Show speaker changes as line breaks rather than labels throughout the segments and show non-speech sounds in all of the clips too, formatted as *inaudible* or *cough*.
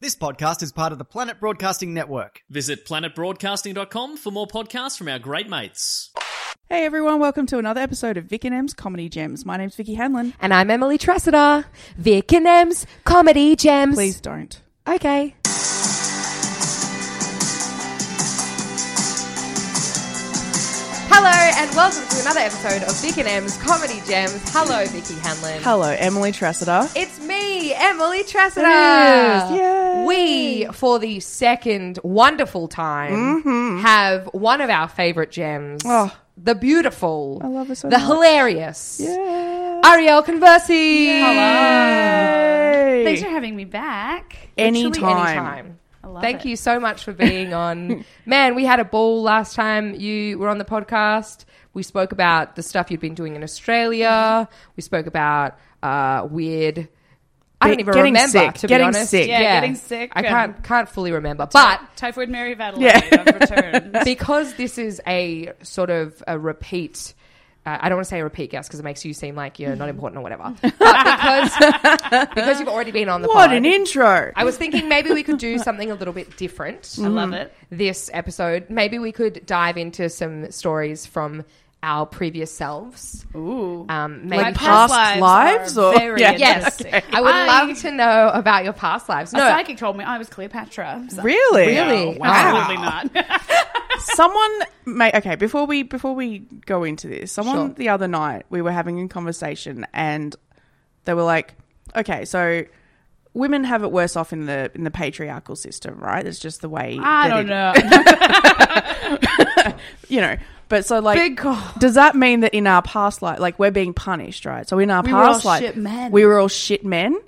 This podcast is part of the Planet Broadcasting Network.
Visit planetbroadcasting.com for more podcasts from our great mates.
Hey everyone, welcome to another episode of Vic and M's Comedy Gems. My name's Vicky Hanlon.
And I'm Emily Tressida. Vic and Em's Comedy Gems.
Please don't.
Okay. Hello and welcome to another episode of Vic and M's Comedy Gems. Hello, Vicky Hanlon.
Hello, Emily Tressida.
It's me, Emily Tressida.
It is. Yay.
We, for the second wonderful time, have one of our favourite gems.
Mm-hmm. Oh.
The beautiful. I
love her so
The
much.
hilarious.
Yeah.
Ariel Conversi.
Yay.
Thanks for having me back.
Literally
Anytime.
anytime.
I love
Thank
it.
you so much for being
*laughs*
on. Man, we had a ball last time you were on the podcast. We spoke about the stuff you'd been doing in Australia. We spoke about uh, weird. I don't
Be-
even
getting
remember
sick.
to
Getting
be honest.
sick. Yeah,
getting sick
I
and-
can't can't fully remember, but
Typhoid Mary of Adelaide.
Yeah.
I've returned.
*laughs*
because this is a sort of a repeat. Uh, I don't want to say a repeat guest because it makes you seem like you're not important or whatever. But because *laughs* because you've already been on the
What
pod,
an intro.
I was thinking maybe we could do something a little bit different.
I
mm.
love it.
this episode, maybe we could dive into some stories from our previous selves.
Ooh.
Um, maybe
My
past lives
are
or- *laughs*
very
Yeah.
yes,
interesting.
I would
I-
love to know about your past lives.
A
No,
psychic told me I was Cleopatra. So-
Really?
Really?
No,
*laughs*
absolutely not.
someone may okay before we before we go into this someone
Sure.
the other night we were having a conversation and they were like okay so women have it worse off in the in the patriarchal system right it's just the way
I
that
don't
it-
know.
*laughs* you know but so like
Big God.
does that mean that in our past life like we're being punished right so in our
We were
past
all
life
shit men.
we were all shit men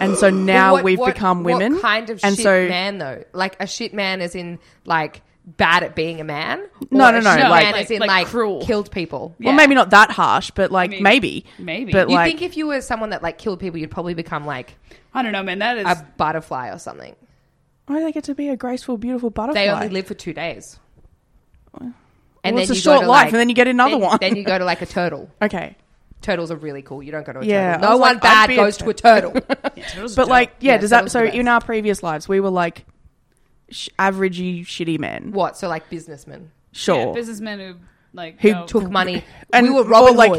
and so now
What-
we've
what-
become women
What kind of
and
shit
so
man though? Like a shit man is in like bad at being a man.
No,
Or
no,
a
no,
Shit
like-
man is in
like
like,
cruel.
killed people.
well maybe not that harsh but like
mean,
maybe
maybe.
but
You
like
think if you were someone that like killed people, you'd probably become like
I don't know, man. That is.
a butterfly or something.
why do they get to be a graceful beautiful butterfly
They only live for two days.
Well, it's a
you go
short
to,
life, and then you get another
then-
one.
Then you go to
*laughs*
like a turtle.
Okay.
Turtles are really cool. You don't go to a
Yeah,
turtle.
I
No
was
one
like, I'd
bad
be a
goes to a turtle.
*laughs*
*laughs*
But like, yeah,
Yeah,
does
so
that,
those
so
are the
in
best.
our previous lives, we were like sh- averagey, shitty men.
what? So like businessmen
Sure.
businessmen who like
Who
no.
took money.
and
we were
or,
Robin
like,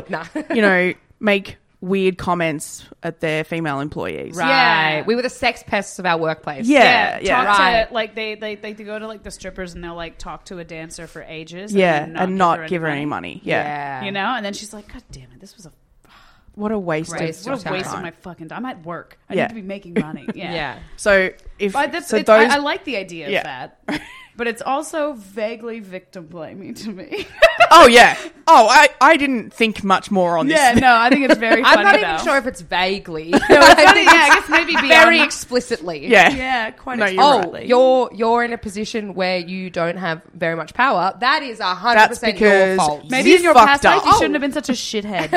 *laughs*
Hood. *laughs* Nah.
you know, make weird comments at their female employees.
right.
Yeah.
We were the sex pests of our workplace.
Yeah. Yeah.
talk
Right.
to like they, they they go to like the strippers and they'll like talk to a dancer for ages.
Yeah,
then
and not give her any money. Yeah.
Yeah.
You know, and then she's like, "God damn it, this was a
What a waste
Waste
of
what a waste
time.
of my fucking time. I'm at work. I
Yeah.
need to be making
*laughs*
money." Yeah.
Yeah.
So if
But that's,
so
it's,
those
I, I like the idea
Yeah.
of that, but it's also vaguely victim blaming to me.
Oh yeah. Oh, I I didn't think much more on this.
*laughs* yeah, no, I think it's very. Funny
I'm not even
though.
sure if it's
*laughs*
vaguely. *laughs*
it's not- yeah, I guess maybe beyond-
very explicitly.
Yeah.
*laughs* Yeah, quite.
No,
ex-
you're
oh,
right.
you're you're in a position where you don't have very much power. That is hundred
That's
percent
because
your fault.
maybe
you
in your
fucked
past
up.
life you
Oh.
shouldn't have been such a shithead.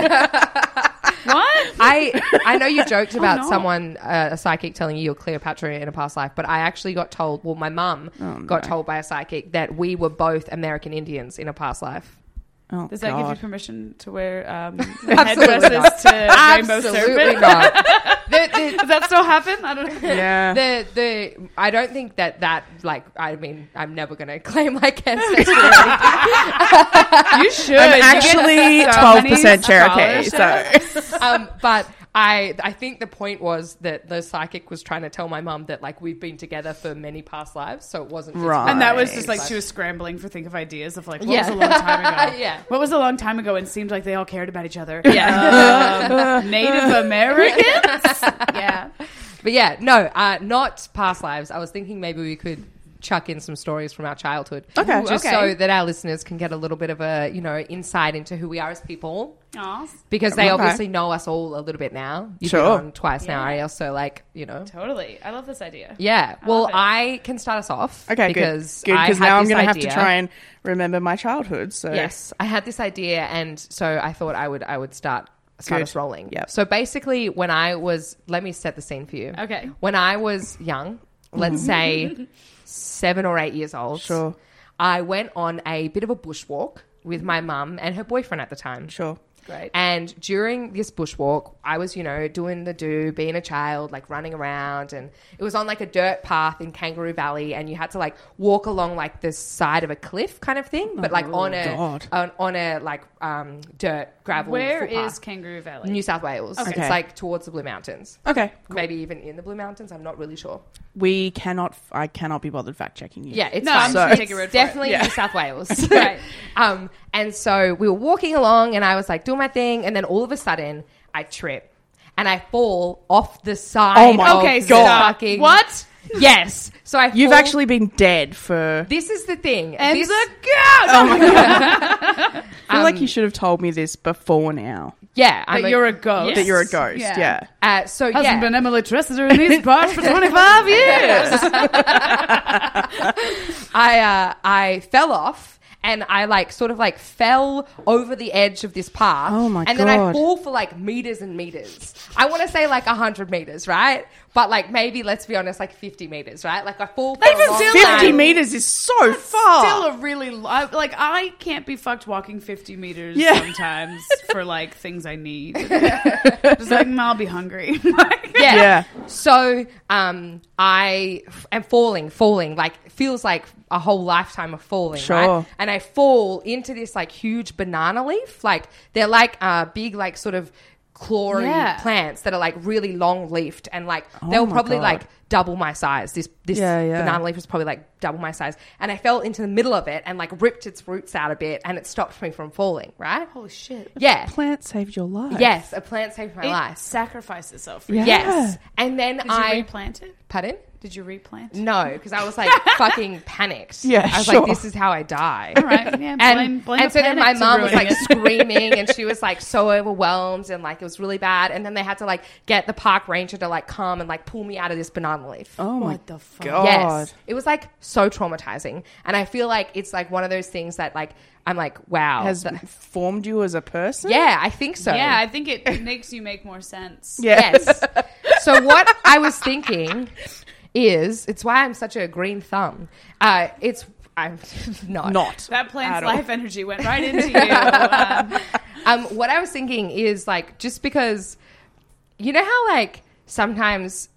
what?
I I know you
*laughs*
joked about
Oh, no.
someone uh, a psychic telling you you're Cleopatra in a past life, but I actually got told. Well, my mum
Oh,
got told by a psychic that we were both American Indians in a past life.
Oh,
Does that give you
God.
permission to wear um,
Absolutely
headdresses to rainbow
Absolutely
serpent?
not. The- the-
*laughs* Does that still happen? I don't know.
Yeah.
*laughs* the the I don't think that that like I mean I'm never gonna *laughs* claim
*laughs*
like ancestry. or anything.
You should.
I'm
You
actually
get so
twelve
many
percent Cherokee. So
scholarships.
um, but I I think the point was that the psychic was trying to tell my mum that like we've been together for many past lives, so it wasn't just
Right.
one
And that was
Nice.
just like she was scrambling for think of ideas of like what
Yeah.
was a long time ago. *laughs*
Yeah.
What was a long time ago and seemed like they all cared about each other. *laughs* Yeah. Native *laughs* Americans. yeah.
But yeah, no, uh, not past lives. I was thinking maybe we could chuck in some stories from our childhood.
Okay.
Just
okay.
so that our listeners can get a little bit of a, you know, insight into who we are as people.
Aw,
Because
Okay.
they obviously know us all a little bit now. You've
Sure.
been on twice now, Ariel. So, like, you know.
totally. I love this idea.
Yeah. Well,
love it.
I can start us off.
Okay,
Because
good. Good,
I
because
had
now I'm
this
going to have to
idea.
try and remember my childhood. So
Yes, I had this idea, and so I thought I would I would start start
Good.
us rolling.
Yep.
So basically, when I was, let me set the scene for you.
Okay.
When I was young, let's say seven or eight years old,
Mm-hmm. Sure.
I went on a bit of a bushwalk with my mum and her boyfriend at the time.
sure.
Great.
And during this bushwalk, I was, you know, doing the do, being a child, like running around. And it was on like a dirt path in Kangaroo Valley. And you had to like walk along like the side of a cliff kind of thing, but like on
Oh,
a,
God.
on, on a like um, dirt gravel.
Where is
footpath.
Kangaroo Valley?
New South Wales.
Okay.
It's like towards the Blue Mountains.
Okay.
Maybe even in the Blue Mountains. I'm not really sure.
We cannot. I cannot be bothered fact checking you.
Yeah, it's
No,
fine.
I'm just gonna
It's
take your word for it.
definitely New South
*laughs*
Wales. *laughs* um, and so we were walking along, and I was like doing my thing, and then all of a sudden I trip and I fall off the side.
Oh my
of
Okay,
the
God.
fucking-
What?
Yes. So I.
You've
fall-
actually been dead for.
This is the thing.
And
This-
the goat. Oh my god!
I feel like you should have told me this before now.
yeah, I'm
But you're a ghost.
That you're a ghost. Yeah.
Yeah.
Uh, so
Hasn't
yeah.
been Emily Tressider in these parts for 25 *laughs* years.
I uh, I fell off and I like sort of like fell over the edge of this path.
Oh, my
And then I
God.
fall for like meters and meters. I want to say like hundred meters, right? But like maybe let's be honest, like fifty meters, right? Like I fall. For
Even
a long
still,
time.
50 meters is so far.
Still a really lo- I- like I can't be fucked walking 50 meters
Yeah.
sometimes for like things I need. Just like "Mm, I'll be hungry. *laughs* Like,
Yeah.
Yeah.
So um, I f- am falling, falling. Like feels like a whole lifetime of falling.
Sure.
Right? And I fall into this like huge banana leaf. Like they're like uh, big, like sort of clawy
Yeah.
plants that are like really long leafed and like they were
Oh my
probably
God.
like double my size. This this
Yeah, yeah.
banana leaf was probably like double my size. And I fell into the middle of it and like ripped its roots out a bit and it stopped me from falling. Right. Holy
shit.
Yeah.
plant saved your life.
Yes, a plant saved my
It
life.
sacrificed itself for
Yeah.
you.
Yes. And then
Did you
I
replant it?
pardon.
Did you replant?
No, because I was
*laughs*
like fucking panicked.
Yeah,
I was
sure.
like, this is how I die.
All right.
*laughs*
Yeah,
And,
blame, blame
and
the
so then
planet
my
to
mom was like
ruining it.
screaming and she was like
*laughs*
so overwhelmed and like it was really bad. And then they had to like get the park ranger to like come and like pull me out of this banana leaf.
Oh my
What the fuck?
god.
Yes. It was like so traumatizing. And I feel like it's like one of those things that like I'm like, wow.
Has
the-
formed you as a person.
yeah, I think so.
Yeah, I think it makes you make more sense.
Yes. so what I was thinking is, it's why I'm such a green thumb. Uh, it's I'm *laughs* not.
Not.
That plant's
At all.
life energy went
*laughs*
right into you. Um,
Um, what I was thinking is like just because, you know how like sometimes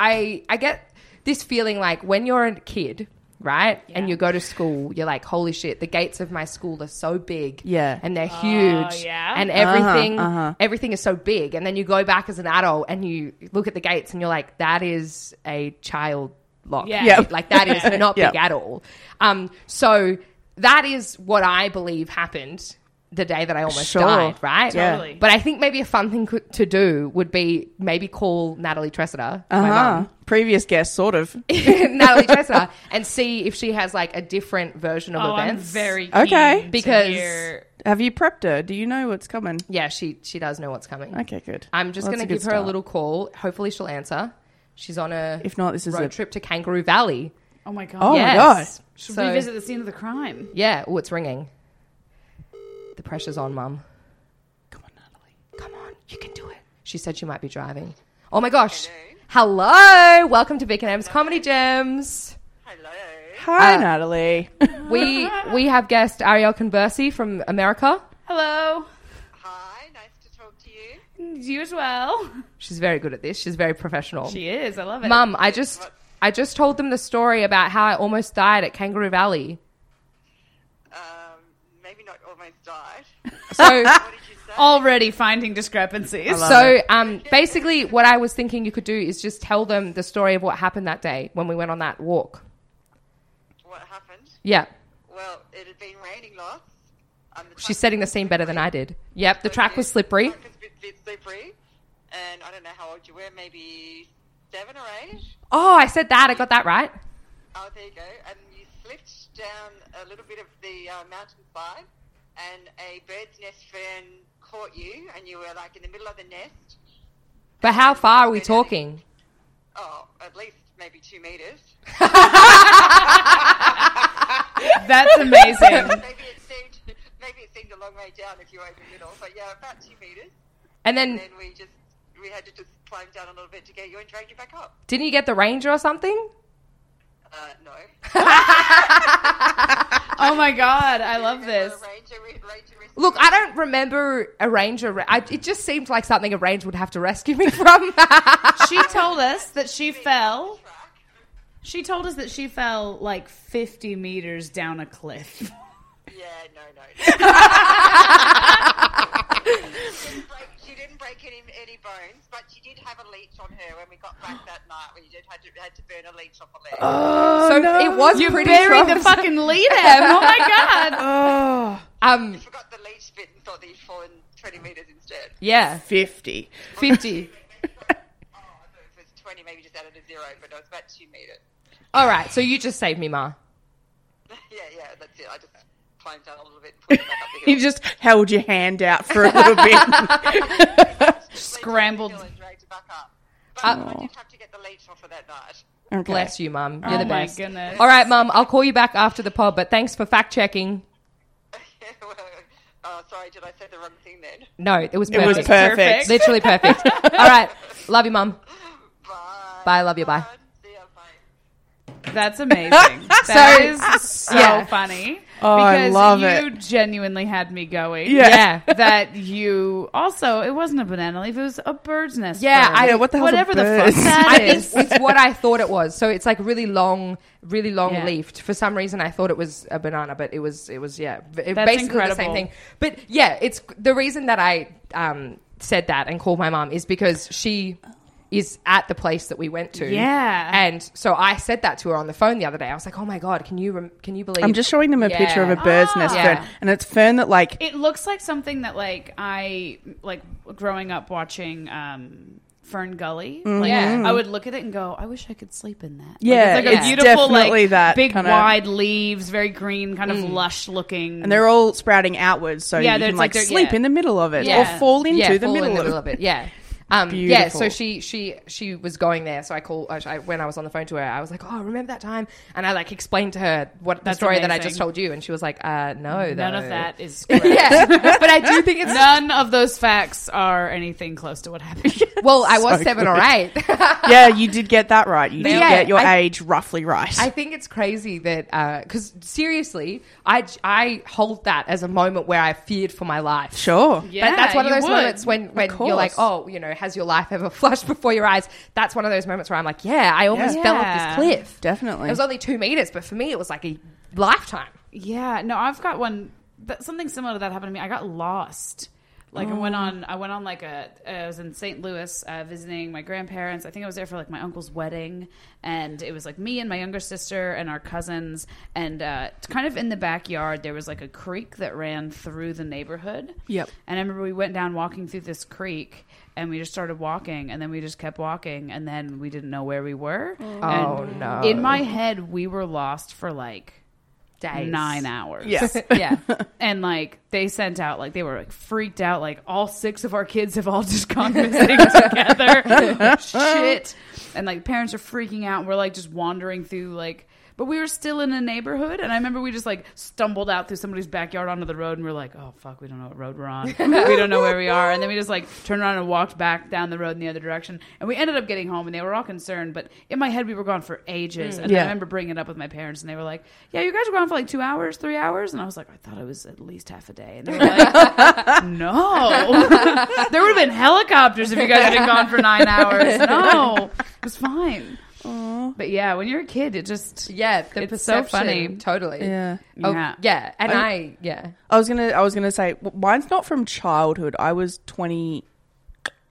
I I get this feeling like when you're a kid. Right, and you go to school. You're like, holy shit! The gates of my school are so big,
Yeah.
and they're huge,
Oh, yeah.
and everything, everything is so big. And then you go back as an adult and you look at the gates, and you're like, that is a child lock,
*laughs* Yeah. Yep.
like that is not
Yeah.
big at all. Um, so that is what I believe happened the day that I almost
Sure.
died, right?
Yeah.
Totally.
But I think maybe a fun thing could, to do would be maybe call Natalie Tressida, my
Uh-huh.
mum, *laughs*
Previous guest, sort of.
Natalie Tressida, and see if she has like a different version of
oh, I'm
events.
very keen
Okay.
to
Because-
hear-
Have you prepped her? Do you know what's coming?
yeah, she she does know what's coming.
Okay, good.
I'm just
Well, that's
gonna
a good
give her a
start.
little call. Hopefully, she'll answer. She's on a
If not, this is
road
a-
trip to Kangaroo Valley.
oh my god.
Oh my
yes.
god.
Should
So-
revisit the scene of the crime.
Yeah. Oh, it's ringing. The pressure's on, Mum. Come on, Natalie. Come on, you can do it. She said she might be driving. Oh my gosh. Hello. Welcome to Vic and M's Comedy Gems. Uh,
Hi, Natalie. *laughs*
We we have guest Ariel Conversi from America.
Hello.
Hi, nice to talk to you.
You as well.
She's very good at this. She's very professional.
She is. I love it.
Mum, I just I just told them the story about how I almost died at Kangaroo Valley.
Um, maybe not almost died.
*laughs* So
What did you say?
already finding discrepancies.
so um, basically, what I was thinking you could do is just tell them the story of what happened that day when we went on that walk.
What happened?
Yeah,
Well, it had been raining lots. Um, the
she's
track
setting the
was
scene better than I
slippery.
did. Yep, the track was slippery.
track was a bit, bit slippery. And I don't know how old you were, maybe seven or eight?
Oh, I said that. I got that right.
Oh, there you go. And you slipped down a little bit of the uh, mountainside, and a bird's nest fern caught you, and you were like in the middle of the nest.
But how far are we talking?
Oh, at least maybe two meters.
*laughs*
That's amazing.
maybe it seemed maybe it seemed a long way down if you were in the middle, but yeah, about two meters.
*laughs* And
And
Mm.
then
then we just we had to just climb down a little bit to get you and drag you back up.
didn't you get the ranger or something?
Uh, no,
oh my god, I love
*laughs* Remember
this.
the Ranger, re- ranger rescue?
Look, I don't remember a ranger. I, it just seemed like something a ranger would have to rescue me *laughs* from.
She told us that she fell.
Track.
She told us that she fell like 50 meters down a cliff. *laughs*
Yeah, no, no. no. she, didn't break, she didn't break any any bones, but she did have a leech on her when we got back that night. We did had to had to burn a leech off a leg.
Uh.
so it was pretty
Buried the
traumatic.
fucking lead em.
*laughs*
Oh my god.
um,
Forgot the leech bit and thought that you'd fallen twenty meters instead.
yeah,
50.
fifty.
*laughs* Oh, I thought it was twenty, maybe just added a zero, but it was about two meters. *laughs*
All right, so you just saved me, Ma.
Yeah, yeah, that's it. I just climbed down a little bit and put it back
*laughs*
up the
You
hill.
just held your hand out for a little bit.
Scrambled.
Hill and dragged it back up. But
Ah.
I did have to get the leech off of that night. *laughs*
Okay.
Bless you, Mum. You're
Oh
the
my
best.
goodness.
All right, Mum. I'll call you back after the pod, but thanks for fact checking.
well, uh, sorry, did I say the wrong thing then?
No, it was perfect.
It was perfect.
Literally perfect.
*laughs*
All right, love you, Mum.
Bye.
Bye, love you, bye.
See ya, bye.
*laughs*
That's amazing. That is so
yeah.
funny.
Oh, I love
you
it.
genuinely had me
*laughs*
going.
Yeah.
that you also it wasn't a banana leaf, it was a bird's nest.
Yeah,
fern.
I- Yeah,
what the hell's a
whatever the fuck
bird's
that
*laughs*
I think
is.
it's what I thought it was. So it's like really long, really long
Yeah.
leafed. For some reason, I thought it was a banana, but it was it was yeah, v- it-
That's
basically the same
incredible.
thing. But yeah, it's the reason that I um, said that and called my mom is because she is at the place that we went to.
Yeah.
and so I said that to her on the phone the other day. I was like, oh my god, can you rem- can you believe?
I'm just showing them a picture of
Yeah.
a bird's nest
Ah.
fern, and it's fern that like
It looks like something that like I like growing up watching um Fern Gully. Like,
Yeah.
I would look at it and go, I wish I could sleep in that. Like,
Mm-hmm. Yeah,
it's like
it's
a beautiful
definitely
like
that
big
kinda- Mm.
wide leaves, very green, kind of lush looking.
and they're all sprouting outwards, so
Yeah,
you
they're-
can
it's
like,
like they're-
sleep
yeah.
in the middle of it
Yeah.
or fall into
yeah,
the,
fall
middle
in the
of
middle
it.
of
*laughs*
it. Yeah. Um, yeah, so
Beautiful.
she she she was going there. So I call I, I- when I was on the phone to her. I was like, "Oh, remember that time?" And I like explained to her what the
That's
story that I
amazing.
just told you, and she was like, "Uh, no,
None
though.
of that
*laughs*
is *laughs* correct.
yeah, *laughs* but I do think it's
None of those facts are anything close to what happened.
well. I was seven or eight.
*laughs* yeah, you did get that right. You did
Yeah,
get your
I-
age roughly right.
I think it's crazy that because seriously, I I hold that as a moment where I feared for my
*laughs*
life.
sure.
*laughs* Yeah,
that, that's one of
you
those
would.
moments when, when
course.
you're like, oh, you know, has your life ever *laughs* flashed before your eyes? That's one of those moments where I'm like, yeah, I almost
Yeah.
fell off this cliff.
Definitely.
It was only two meters, but for me, it was like a lifetime.
Yeah, no, I've got one. That, something similar to that happened to me. I got lost. Like I went
Oh.
on, I went on like a. uh, I was in St. Louis uh, visiting my grandparents. I think I was there for like my uncle's wedding, and it was like me and my younger sister and our cousins. And uh, kind of in the backyard, there was like a creek that ran through the neighborhood.
Yep.
And I remember we went down walking through this creek, and we just started walking, and then we just kept walking, and then we didn't know where we were.
Oh,
And
no.
In my head, we were lost for like
Days.
nine hours. *laughs*
Yes.
Yeah.
and like they sent out like they were like freaked out. Like all six of our kids have all just
*laughs*
gone missing together. Shit. And like parents are freaking out. And we're like just wandering through like. But we were still in a neighborhood, and I remember we just like stumbled out through somebody's backyard onto the road, and we are like, "Oh fuck, we don't know what road
*laughs*
we're on. we don't know where we are." And then we just like turned around and walked back down the road in the other direction, and we ended up getting home, and they were all concerned. But in my head, we were gone for
Hmm.
ages, and
Yeah.
I remember bringing it up with my parents, and they were like, "Yeah, you guys were gone for like two hours, three hours," and I was like, "I thought it was at least half a day," and they were like,
*laughs*
"No, *laughs* there would have been helicopters if you guys had been gone for nine hours. No, it was fine." But yeah, when you're a kid, it just
Yeah. The
It's so
perception.
funny.
Totally.
Yeah.
Oh,
Yeah.
yeah. And I, yeah.
I was gonna. I was gonna say w- mine's not from childhood. I was twenty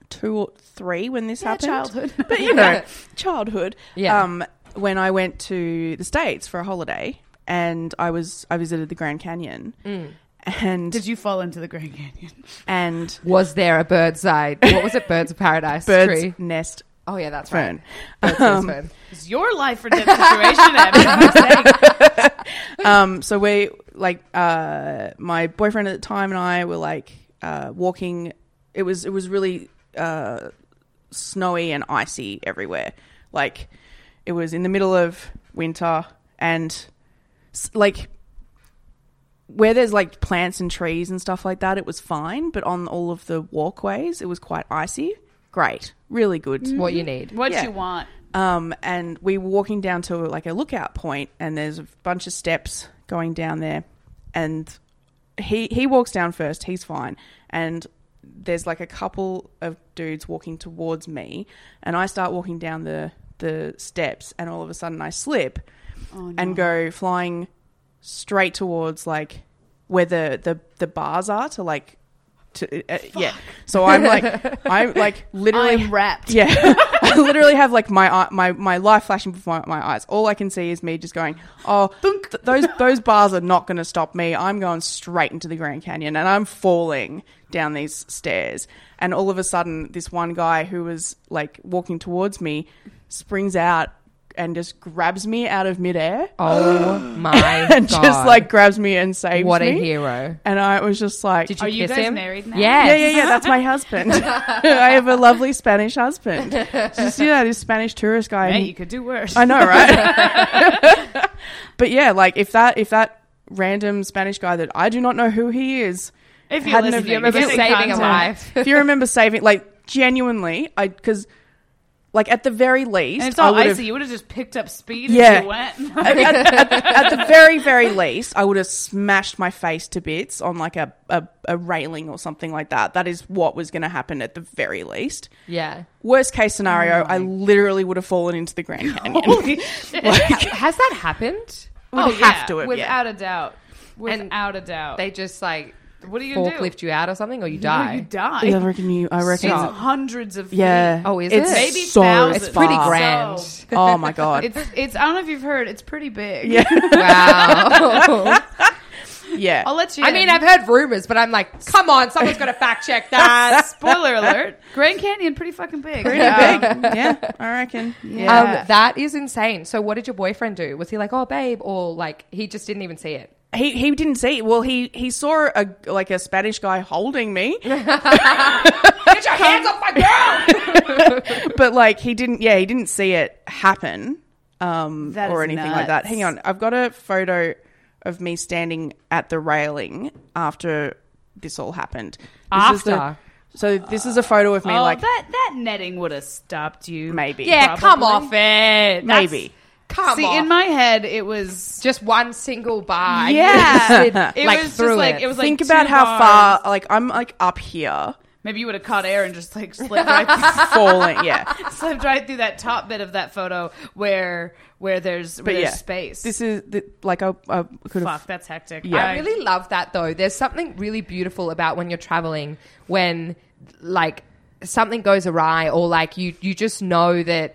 two or three when this happened.
childhood.
*laughs* but you know, childhood.
Yeah.
Um, when I went to the states for a holiday, and I was I visited the Grand Canyon,
Mm.
and
Did you fall into the Grand Canyon?
and
*laughs* Was there a bird's eye? What was it? Bird's of paradise
bird's
tree.
nest
Oh yeah, that's
Fern.
right. That's Fern.
It's your life or death situation. Abby.
Um, so we like uh, my boyfriend at the time and I were like uh, walking. It was it was really uh, snowy and icy everywhere. Like it was in the middle of winter and s- like where there's like plants and trees and stuff like that, it was fine. But on all of the walkways, it was quite icy. Great, really good.
What
*laughs*
you need?
What
Yeah.
you want?
Um, and we were walking down to like a lookout point, and there's a bunch of steps going down there. And he he walks down first. He's fine. And there's like a couple of dudes walking towards me, and I start walking down the the steps, and all of a sudden I slip and go flying straight towards like where the the, the bars are to like. To, uh, yeah, so I'm like, I'm like literally
I'm wrapped.
yeah, *laughs* I literally have like my eye- my my life flashing before my, my eyes. All I can see is me just going, "Oh, th- those those bars are not going to stop me. I'm going straight into the Grand Canyon, and I'm falling down these stairs." And all of a sudden, this one guy who was like walking towards me springs out and just grabs me out of midair
Oh my
and *laughs*
god!
just like grabs me and saves
what a
me.
hero!
And I was just like,
Did you
Are you
kiss
guys
him?
married now?
Yes.
yeah, yeah,
*laughs*
yeah. That's my husband. *laughs* I have a lovely Spanish husband. Did you see that this Spanish tourist guy?
Hey, you could do worse.
I
*laughs*
know, right? but yeah, like if that if that random Spanish guy that I do not know who he is,
If you're
hadn't-
listening,
if you
remember
get in
saving a
contact.
life.
*laughs* if you remember saving, like genuinely, I because like at the very least,
And it's
I
all
would've-
icy. You would have just picked up speed
Yeah.
as you
*laughs*
went.
at, at- at- at the very, very least, I would have smashed my face to bits on like a, a, a railing or something like that. That is what was going to happen at the very least.
Yeah.
Worst case scenario,
Oh
I literally would have fallen into the Grand
*laughs*
Canyon.
Has that happened?
would have to have, yeah.
Oh, without a doubt. Without a doubt.
They just like
what are you gonna do?
forklift you out or something, or *laughs* you
No,
die.
You die.
I reckon you. I reckon.
It's hundreds of feet.
Yeah.
Oh, is
it's
it?
Maybe
so
thousands.
it's pretty
far.
grand.
So-
*laughs* Oh my god.
It's it's. I don't know if you've heard. It's pretty big.
*laughs* Wow.
*laughs* yeah.
*laughs* I'll let you.
I
in.
mean, I've heard rumors, but I'm like, come on, someone's got to fact check *laughs* that.
spoiler alert. Grand Canyon, pretty fucking big. Pretty
Um, yeah, I reckon. Yeah.
Yeah.
Um, that is insane. So, what did your boyfriend do? Was he like, oh, babe, or like he just didn't even see it?
He he didn't see. Well, he he saw a like a Spanish guy holding
*laughs*
me,
Get your hands off my girl!
but like he didn't. Yeah, he didn't see it happen. um,
That
or
is
anything
nuts.
like that. Hang on, I've got a photo of me standing at the railing after this all happened. This is the-
After?
so this is a photo of me,
Oh,
like
that that netting would have stopped you.
maybe,
yeah, come
Probably.
off it.
maybe.
That's- come
See,
off.
in my head, it was.
*laughs* just one single bar.
Yeah.
You slid,
It
like,
was just
through
like
it.
it was like
Think about
two
how
bars.
far, like I'm like up here,
Maybe you would have caught air and just like slipped right,
*laughs*
falling. yeah,
*laughs* slipped right through that top bit of that photo where where there's where
but
there's
yeah,
space.
This is the, like I, I could have.
Fuck, that's hectic.
Yeah.
I really love that though. There's something really beautiful about when you're traveling when like something goes awry or like you you just know that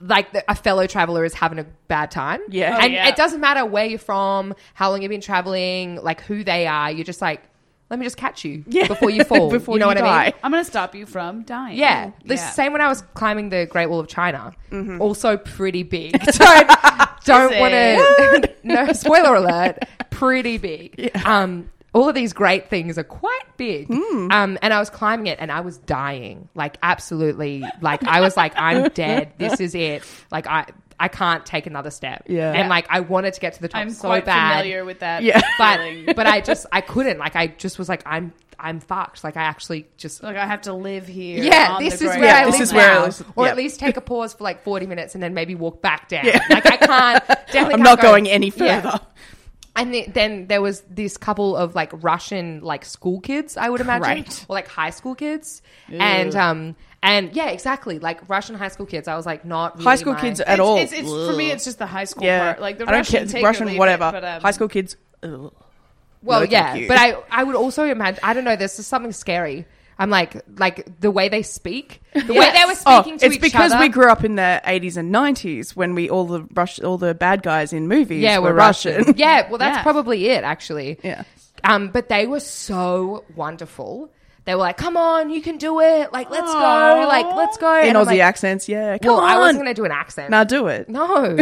like the, a fellow traveler is having a bad time.
Yeah.
and
yeah.
it doesn't matter where you're from, how long you've been traveling, like who they are. You're just like, let me just catch you
*laughs*
before you fall.
Before
you know
you
what I mean?
die.
I'm gonna stop you from dying.
Yeah, the
Mm, Yeah. Mm-hmm.
same when I was climbing the Great Wall of China. Also pretty big. *laughs* don't don't
Is
want to. *laughs*
it?
no spoiler alert. Pretty big. Um, all of these great things are quite big.
Mm.
Um, and I was climbing it, and I was dying. Like absolutely. Like I was like,
*laughs*
I'm dead. This is it. Like I. I can't take another step.
Yeah.
And like I wanted to get to the top
I'm
so
quite
bad
familiar with that.
Yeah.
feeling.
but but I just I couldn't. Like I just was like I'm I'm fucked. Like I actually just
like I have to live here.
yeah,
on
this
the
is
ground.
where I
this
live
is where I
now.
live.
Or
Yeah.
at least take a pause for like 40 minutes and then maybe walk back down. Like
*laughs*
I can't. Definitely
I'm
can't
not
go-
going any
Yeah.
further.
And the, then there was this couple of like Russian like school kids, I would imagine,
Great.
or like high school kids, and um and yeah, exactly like Russian high school kids. I was like not really
High school
my-
kids at
It's,
all.
it's, it's for me. It's just the high school
yeah,
part. Like the
I don't
Russian,
care.
take or
Russian,
leave it,
whatever.
but, um,
High school kids. ugh.
Well,
No,
yeah,
thank you.
but I I would also imagine I don't know. There's just something scary. I'm like like the way they speak, the way they were speaking
oh,
to
it's
each
because
other.
we grew up in the 80s and 90s when we all the rush all the bad guys in movies
yeah,
were,
*laughs* we're
Russian.
Russian. Yeah, well, that's
Yeah.
probably it actually.
Yeah.
Um, but they were so wonderful. They were like, "Come on, you can do it! Like, let's go! Like, let's go!"
*laughs* In
And I'm
Aussie
like,
accents, yeah. Come
Well,
on.
I wasn't going to do an accent.
now do it.
No.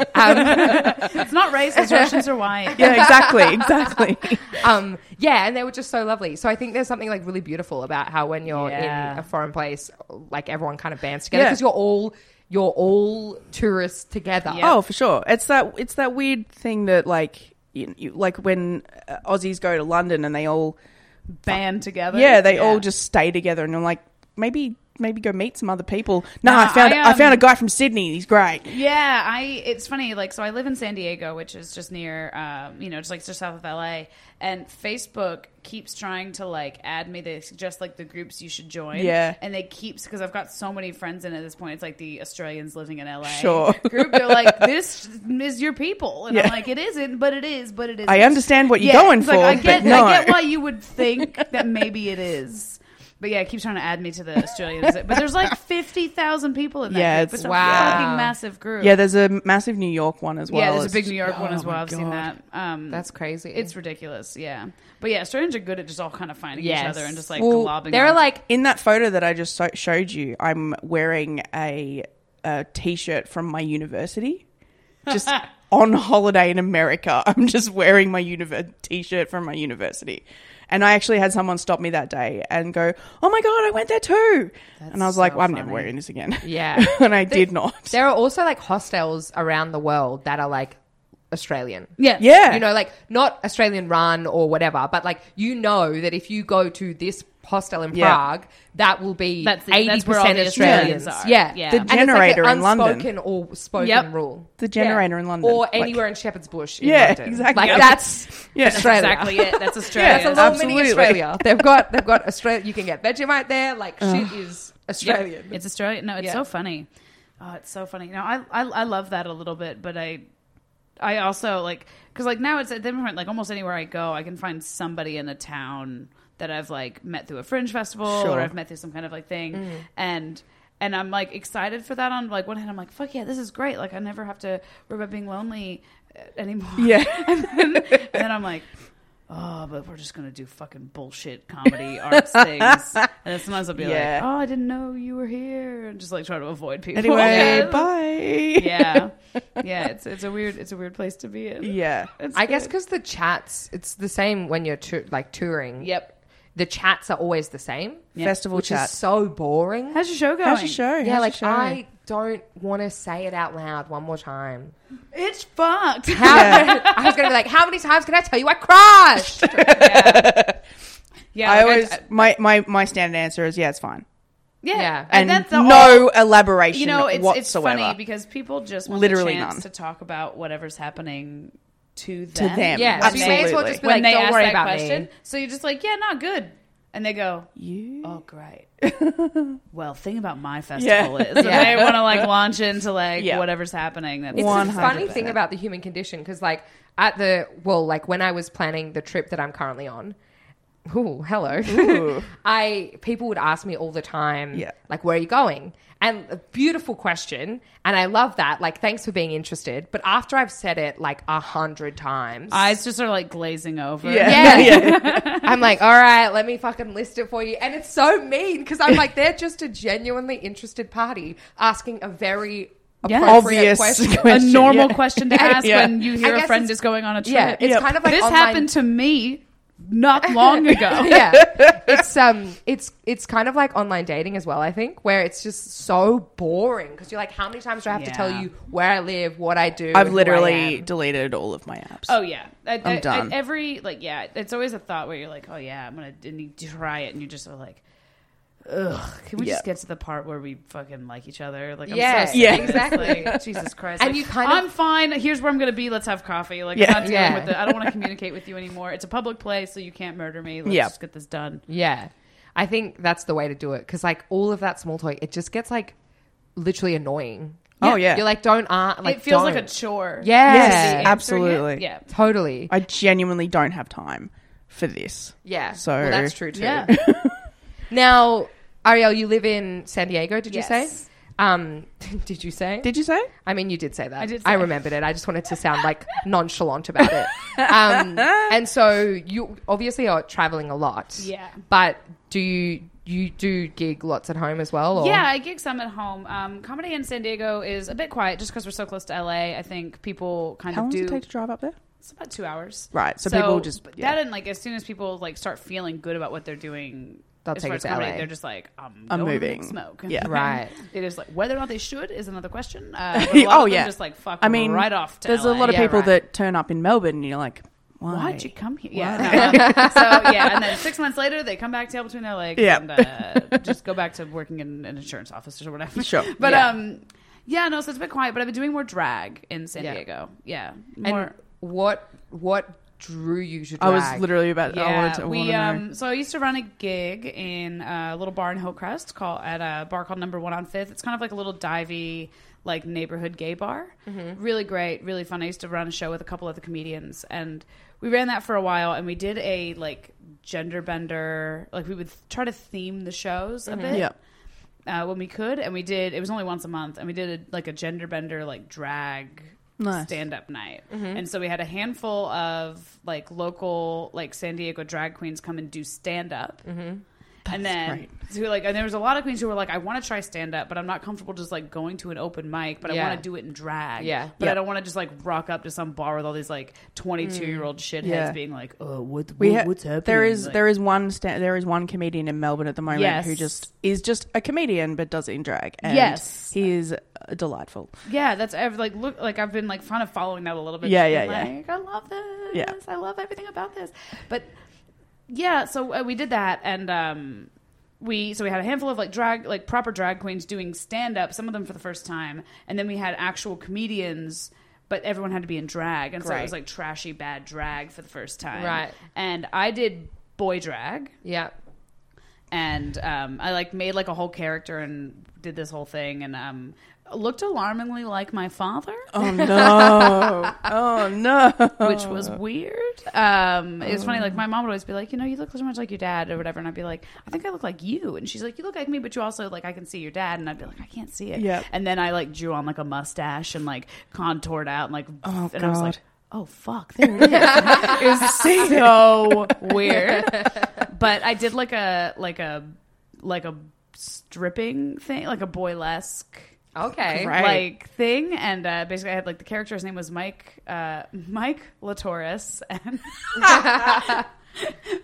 um,
It's not
*laughs*
racist. Russians are white.
Yeah, exactly, *laughs*
*laughs*
exactly.
um, yeah, and they were just so lovely. So I think there's something like really beautiful about how when you're in
Yeah.
a foreign place, like everyone kind of bands together
Yeah.
because you're all you're all tourists together.
Oh, for sure. It's that it's that weird thing that like you, you, like when uh, Aussies go to London and they all
Band together.
yeah they all just stay together and I'm like maybe maybe go meet some other people. Nah, I
Nah,
found I,
I, um,
found a guy from Sydney. He's great.
Yeah, I. It's funny. Like, so I live in San Diego, which is just near, um, you know, just like just south of LA. And Facebook keeps trying to like add me. They suggest like the groups you should join.
Yeah.
and they keeps because I've got so many friends in at this point. It's like the Australians living in LA
Sure.
*laughs* group. They're
*laughs*
like, this is your people, and
Yeah.
I'm like, it isn't, but it is, but it is.
I understand what you're going
it's like,
for,
I
but
get,
no.
I get why you would think that maybe it is. But yeah, it keeps trying to add me to the Australians. But there's like fifty thousand people in that
Yeah,
group.
it's-
It's a
Wow.
fucking massive group.
Yeah, there's a massive New York one as well.
Yeah, there's a
It's
big
just-
New York one
Oh
as well.
my
I've seen
God.
that. Um,
That's crazy.
it's ridiculous. Yeah, but yeah, Australians are good at just all kind of finding each other and just like
Well,
globbing.
They're
on.
like
In that photo that I just so- showed you, I'm wearing a, a t-shirt from my university.
*laughs*
Just on holiday in America, *laughs* I'm just wearing my univer- t-shirt from my university. And I actually had someone stop me that day and go, "Oh my god, I went there too!" and I was like,
so
well, "I'm never
funny.
wearing this again."
Yeah.
*laughs* and I did not.
there are also like hostels around the world that are like Australian.
yeah,
Yeah,
You know, like not Australian run or whatever, but like you know that if you go to this hostel in
Yeah.
Prague, that will be
That's the-
eighty
that's where all
percent
the
Australians.
Australians
Yeah,
are. Yeah.
The
And it's like an
generator in London.
unspoken or spoken
Yep.
rule.
*laughs* The generator in London.
or
Like-
anywhere in Shepherd's Bush. In
Yeah,
London.
exactly.
Like
Yep.
that's
Yeah.
Australia.
exactly it.
*laughs*
That's
That's
Australia.
a little mini
Absolutely.
Australia. They've got they've got Australia. You can get Vegemite there. Like shit is Australian.
It's Australian. No, it's
Yeah.
so funny. Oh, it's so funny. No, I, I I love that a little bit, but I I also like because like now it's at the point like almost anywhere I go, I can find somebody in a town that I've like met through a fringe festival
Sure.
or I've met through some kind of like thing, and and I'm like excited for that. On like one hand, I'm like, fuck yeah, this is great. Like I never have to worry about being lonely uh, anymore.
Yeah.
and, then, and then I'm like. Oh, but we're just gonna do fucking bullshit comedy arts things,
*laughs*
and then sometimes I'll be
Yeah.
like, "Oh, I didn't know you were here," and just like try to avoid people.
anyway,
*laughs* Yeah.
bye.
yeah, yeah. It's it's a weird it's a weird place to be
*laughs*
in.
yeah.
It's
I guess
good.
because the chats, it's the same when you're tou- like touring.
Yep.
the chats are always the same.
Festival
which
chat.
is so boring.
How's your show going?
How's your show?
yeah,
How's
like
your show?
I don't want to say it out loud one more time. *laughs*
It's fucked.
How, I was gonna be like, how many times can I tell you I crashed?
*laughs*
*laughs*
yeah,
I
like
always
I-
my, my my standard answer is yeah, it's fine,
yeah.
Yeah.
and,
that's the-
no elaboration.
you know, it's
whatsoever.
it's funny because people just want
Literally
the chance
none.
to talk about whatever's happening to
To
them.
them.
yeah,
When
so you may as well
Absolutely.
just be
When
like,
they
don't
ask
worry
that
about
question,
me.
so you're just like, yeah, not good, and they go,
You-
oh
*laughs*
great. well, thing about my festival
Yeah.
is that
Yeah.
I want to like launch into like
Yeah.
whatever's happening. That's
It's the funny
100%.
thing about the human condition because, like, at the well, like when I was planning the trip that I'm currently on, ooh, hello, *laughs* I people would ask me all the time,
Yeah.
like, where are you going? And a beautiful question, and I love that. Like, thanks for being interested. But after I've said it like a hundred times,
eyes just are like glazing over.
yeah. I'm like, all right, let me fucking list it for you. And it's so mean because I'm like, they're just a genuinely interested party asking a very
Yeah.
appropriate
Obvious *laughs*
question.
question.
*laughs* a
*laughs*
normal
yeah.
question to ask
Yeah.
when you
I
hear a
guess
friend
it's-
is going on a trip.
Yeah, it's
Yep.
kind of like
this
online-
happened to me
*laughs*
not long ago.
yeah, it's um, it's it's kind of like online dating as well. I think where it's just so boring because you're like, how many times do I have to tell
Yeah.
you where I live, what I do? and
I've
who I
literally
am?
deleted all of my apps.
Oh yeah, I, am
done.
every like yeah, it's always a thought where you're like, oh yeah, I'm gonna and you try it, and you're just sort of like, ugh, can we
Yeah.
just get to the part where we fucking like each other? Like,
Yeah,
I'm so sick
yeah.
of this,
exactly.
like, *laughs* Jesus Christ,
And
Like,
you kind of-
I'm fine. Here's where I'm gonna be. Let's have coffee. Like,
Yeah.
I'm not dealing
Yeah.
with it. I don't want to communicate with you anymore. It's a public place, so you can't murder me. Let's
Yeah.
just get this done.
Yeah. I think that's the way to do it because, like, all of that small talk, it just gets like literally annoying.
Oh, Yeah. yeah.
You're like, don't uh, like
it feels like a
don't.
chore.
Yeah.
Yes,
Yeah.
absolutely.
Yeah.
Totally.
I genuinely don't have time for this.
Yeah.
So
Well, *laughs* that's true too.
Yeah.
Now, Ariel, you live in San Diego, did
Yes.
you say? Um, *laughs* did you say?
Did you say?
I mean, you did say that. I
did
I
say-
remembered it. I just wanted to sound like *laughs* nonchalant about it. Um, and so you obviously are traveling a lot.
Yeah.
But do you you do gig lots at home as well? Or?
Yeah, I gig some at home. Um, comedy in San Diego is a bit quiet just because we're so close to LA. I think people kind
How
of
long
do.
does it take to drive up there?
It's about two hours.
Right, so people just-
but
yeah.
that and like as soon as people like start feeling good about what they're doing.
They'll
as
take
far
it
as
to
comedy,
LA.
They're just like, I'm,
I'm
moving.
moving.
Smoke. *laughs*
Yeah.
Right.
It is like whether or not they should is another question. Uh, but a lot
*laughs* oh
of them
yeah,
Just like fuck.
I mean,
right off. To
there's a
LA.
lot of
Yeah,
people
right.
that turn up in Melbourne, and you're like, why?
Why'd you come here? Yeah. no,
*laughs*
um, so yeah, and then six months later, they come back to Albertine, like,
Yeah.
and uh, just go back to working in an insurance office or whatever.
Sure.
but
Yeah.
um, yeah, no, so it's a bit quiet. But I've been doing more drag in San
Yeah.
Diego. Yeah,
And
more.
what what drew you to drag?
I was literally about. I wanted
yeah,
to, I
we
wanna know.
um. So I used to run a gig in uh, a little bar in Hillcrest called at a bar called Number One on Fifth. It's kind of like a little divey, like neighborhood gay bar. Really great, really fun. I used to run a show with a couple other comedians, and we ran that for a while. And we did a like gender bender. Like we would th- try to theme the shows a bit
yeah.
uh, when we could, and we did. It was only once a month, and we did a, like a gender bender, like drag
Nice.
stand up night.
Mm-hmm.
And so we had a handful of like local, like San Diego drag queens come and do stand up.
Mm-hmm.
And then
great.
so like, and there was a lot of queens who were like, I want to try stand up, but I'm not comfortable just like going to an open mic, but I
Yeah.
want to do it in drag.
Yeah.
but
Yeah.
I don't want to just like rock up to some bar with all these like 22 year
Mm.
old shitheads
Yeah.
being like, oh, what,
We
what-
ha-
what's happening?
There is
Like-
there is one sta- there is one comedian in Melbourne at the moment
Yes.
who just is just a comedian but does it in drag. And
Yes.
he is uh, delightful.
Yeah, that's I've like look like I've been like kind of following that a little bit.
Yeah,
just
yeah,
being
yeah.
Like, I love this.
Yeah.
I love everything about this. But yeah, so uh, we did that, and um, we so we had a handful of like drag like proper drag queens doing stand up, some of them for the first time, and then we had actual comedians. But everyone had to be in drag, and so it was
Great.
like trashy bad drag for the first time.
Right.
And I did boy drag
yeah.
and um, I like made like a whole character and did this whole thing and um, looked alarmingly like my father,
Oh no! *laughs* oh no! *laughs*
which was weird. Um, it was funny. Like my mom would always be like, you know, you look so much like your dad or whatever, and I'd be like, I think I look like you, and she's like, you look like me, but you also like I can see your dad, and I'd be like, I can't see it.
Yep.
And then I like drew on like a mustache and like contoured out and like,
Oh,
and I was
God.
like. Oh fuck! There it is. *laughs* it was so weird. but I did like a like a like a stripping thing, like a boylesque
Okay.
Great. Right.
like thing, and uh, basically I had like the character's name was Mike uh, Mike Latoris, *laughs* and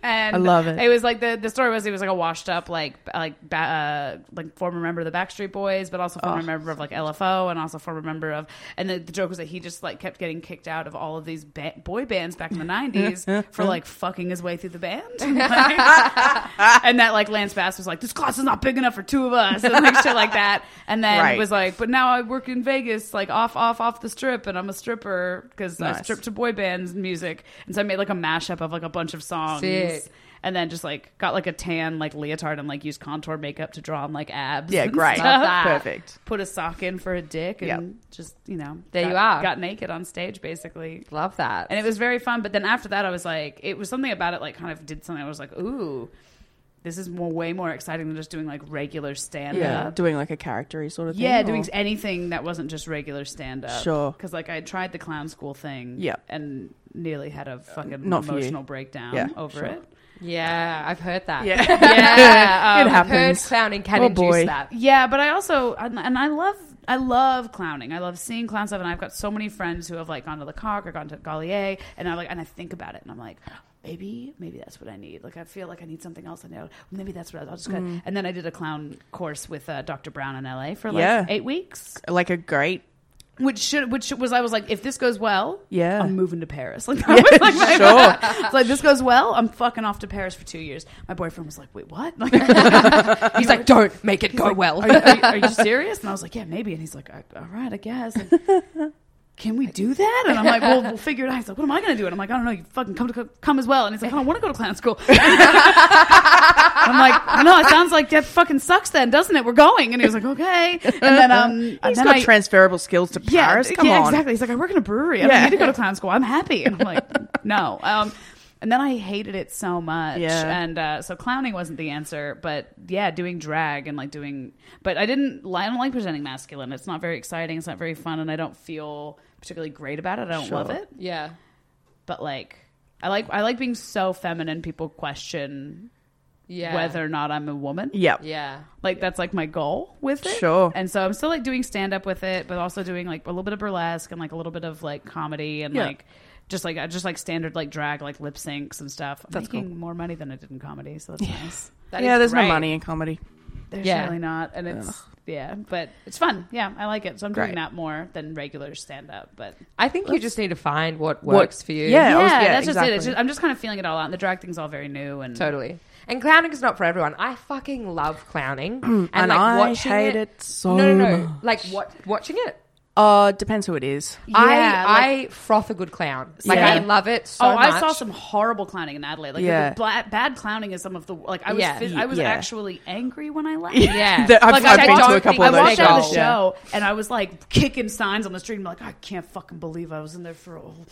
and
I love it.
It was like the the story was he was like a washed up like like ba- uh, like former member of the Backstreet Boys, but also
Oh,
former member of like LFO, and also former member of. And the, the joke was that he just like kept getting kicked out of all of these ba- boy bands back in
*laughs*
the nineties for like fucking his way through the band, *laughs* and that like Lance Bass was like, "This class is not big enough for two of us," *laughs* and like shit like that. And then
Right.
was like, "But now I work in Vegas, like off, off, off the strip, and I'm a stripper because I
Nice.
strip to boy bands music." And so I made like a mashup of like a bunch of songs
Sick.
and then just like got like a tan like leotard and like used contour makeup to draw on like abs.
Yeah,
and
great.
stuff.
Love that. Perfect.
Put a sock in for a dick and
Yep.
just you know
There
got-
you are.
Got naked on stage basically.
Love that.
And it was very fun. But then after that, I was like, it was something about it like kind of did something. I was like, ooh. This is more, way more exciting than just doing like regular stand up.
Yeah, doing like a charactery sort of thing.
Yeah,
or-
doing
*laughs*
anything that wasn't just regular stand up.
Oh. Sure.
Because like I tried the clown school thing.
Yeah.
And nearly had a fucking
Not for you.
emotional breakdown
Yeah,
over
sure.
it.
yeah, I've heard that.
Yeah.
Yeah, um,
It
I've heard
happens.
clowning can
Oh,
induce
boy.
that.
Yeah, but I also and, and I love I love clowning. I love seeing clown stuff, and I've got so many friends who have like gone to the cock or gone to Gallier, and I like and I think about it, and I'm like. Maybe, maybe that's what I need. Like, I feel like I need something else. I know. Maybe that's what I- I'll just go.
Mm.
And then I did a clown course with uh, Dr. Brown in LA for like
Yeah.
eight weeks.
like a great.
which should which was I was like, if this goes well,
Yeah.
I'm moving to Paris. *laughs* Like that was like my *laughs* it's like this goes well, I'm fucking off to Paris for two years. My boyfriend was like, wait, what? *laughs* Like,
He's like, don't make it go well.
are, you, are, you, are you serious? And I was like, yeah, maybe. And he's like, "I- all right, I guess. And, Can we do that? And I'm like, well, we'll figure it out. He's like, what am I going to do? And I'm like, I don't know. You fucking come to co- come as well. And he's like, I don't want to go to clown school. *laughs* I'm like, I know. It sounds like that fucking sucks then, doesn't it? We're going. And he was like, okay.
*laughs*
And then, um, and
He's
then
got
I,
transferable skills to Paris. Come on,
exactly. He's like, I work in a brewery. I
Yeah. *laughs*
don't need to go to clown school. I'm happy. And I'm like, no. Um, And then I hated it so much.
Yeah.
And uh, so clowning wasn't the answer, but yeah, doing drag and like doing. But I didn't. I don't like presenting masculine. It's not very exciting. It's not very fun, and I don't feel particularly great about it. I don't love it.
*laughs* Yeah.
But like, I like I like being so feminine. People question
Yeah.
whether or not I'm a woman.
Yep.
Yeah.
Like that's like my goal with it.
Sure.
And so I'm still like doing stand up with it, but also doing like a little bit of burlesque and like a little bit of like comedy and
Yeah.
like just like I just like standard like drag like lip syncs and stuff. I'm
That's
making more money than I did in comedy, so that's nice.
That
yeah,
is
there's
great.
no money in comedy.
There's
Yeah.
really not, and it's yeah, but it's fun. Yeah, I like it. So I'm doing
Great.
that more than regular stand up, but
I think you just need to find what
What-
works for you.
yeah. I was-
that's just it.
exactly.
It's just, I'm just kind of feeling it all out. And the drag thing's all very new and
Totally. And clowning is not for everyone. I fucking love clowning. and
and
like
I
watching
hate
it.
it so
No, no, no.
much.
Like what watching it.
Uh, depends who it is.
Yeah,
I I
like-
froth a good clown. Like
Yeah.
I love it so
oh,
much.
I saw some horrible clowning in Adelaide. Like
Yeah.
the bla- bad clowning is some of the like I was
Yeah.
phys- I was
Yeah.
actually angry when
*laughs*
I left.
Yeah.
That- I've,
Like,
I've
I
been
don't
to a couple of
think-
I
those
walked out of
shows.
the
Yeah.
show and I was like kicking signs on the street and like I can't fucking believe I was in there for a whole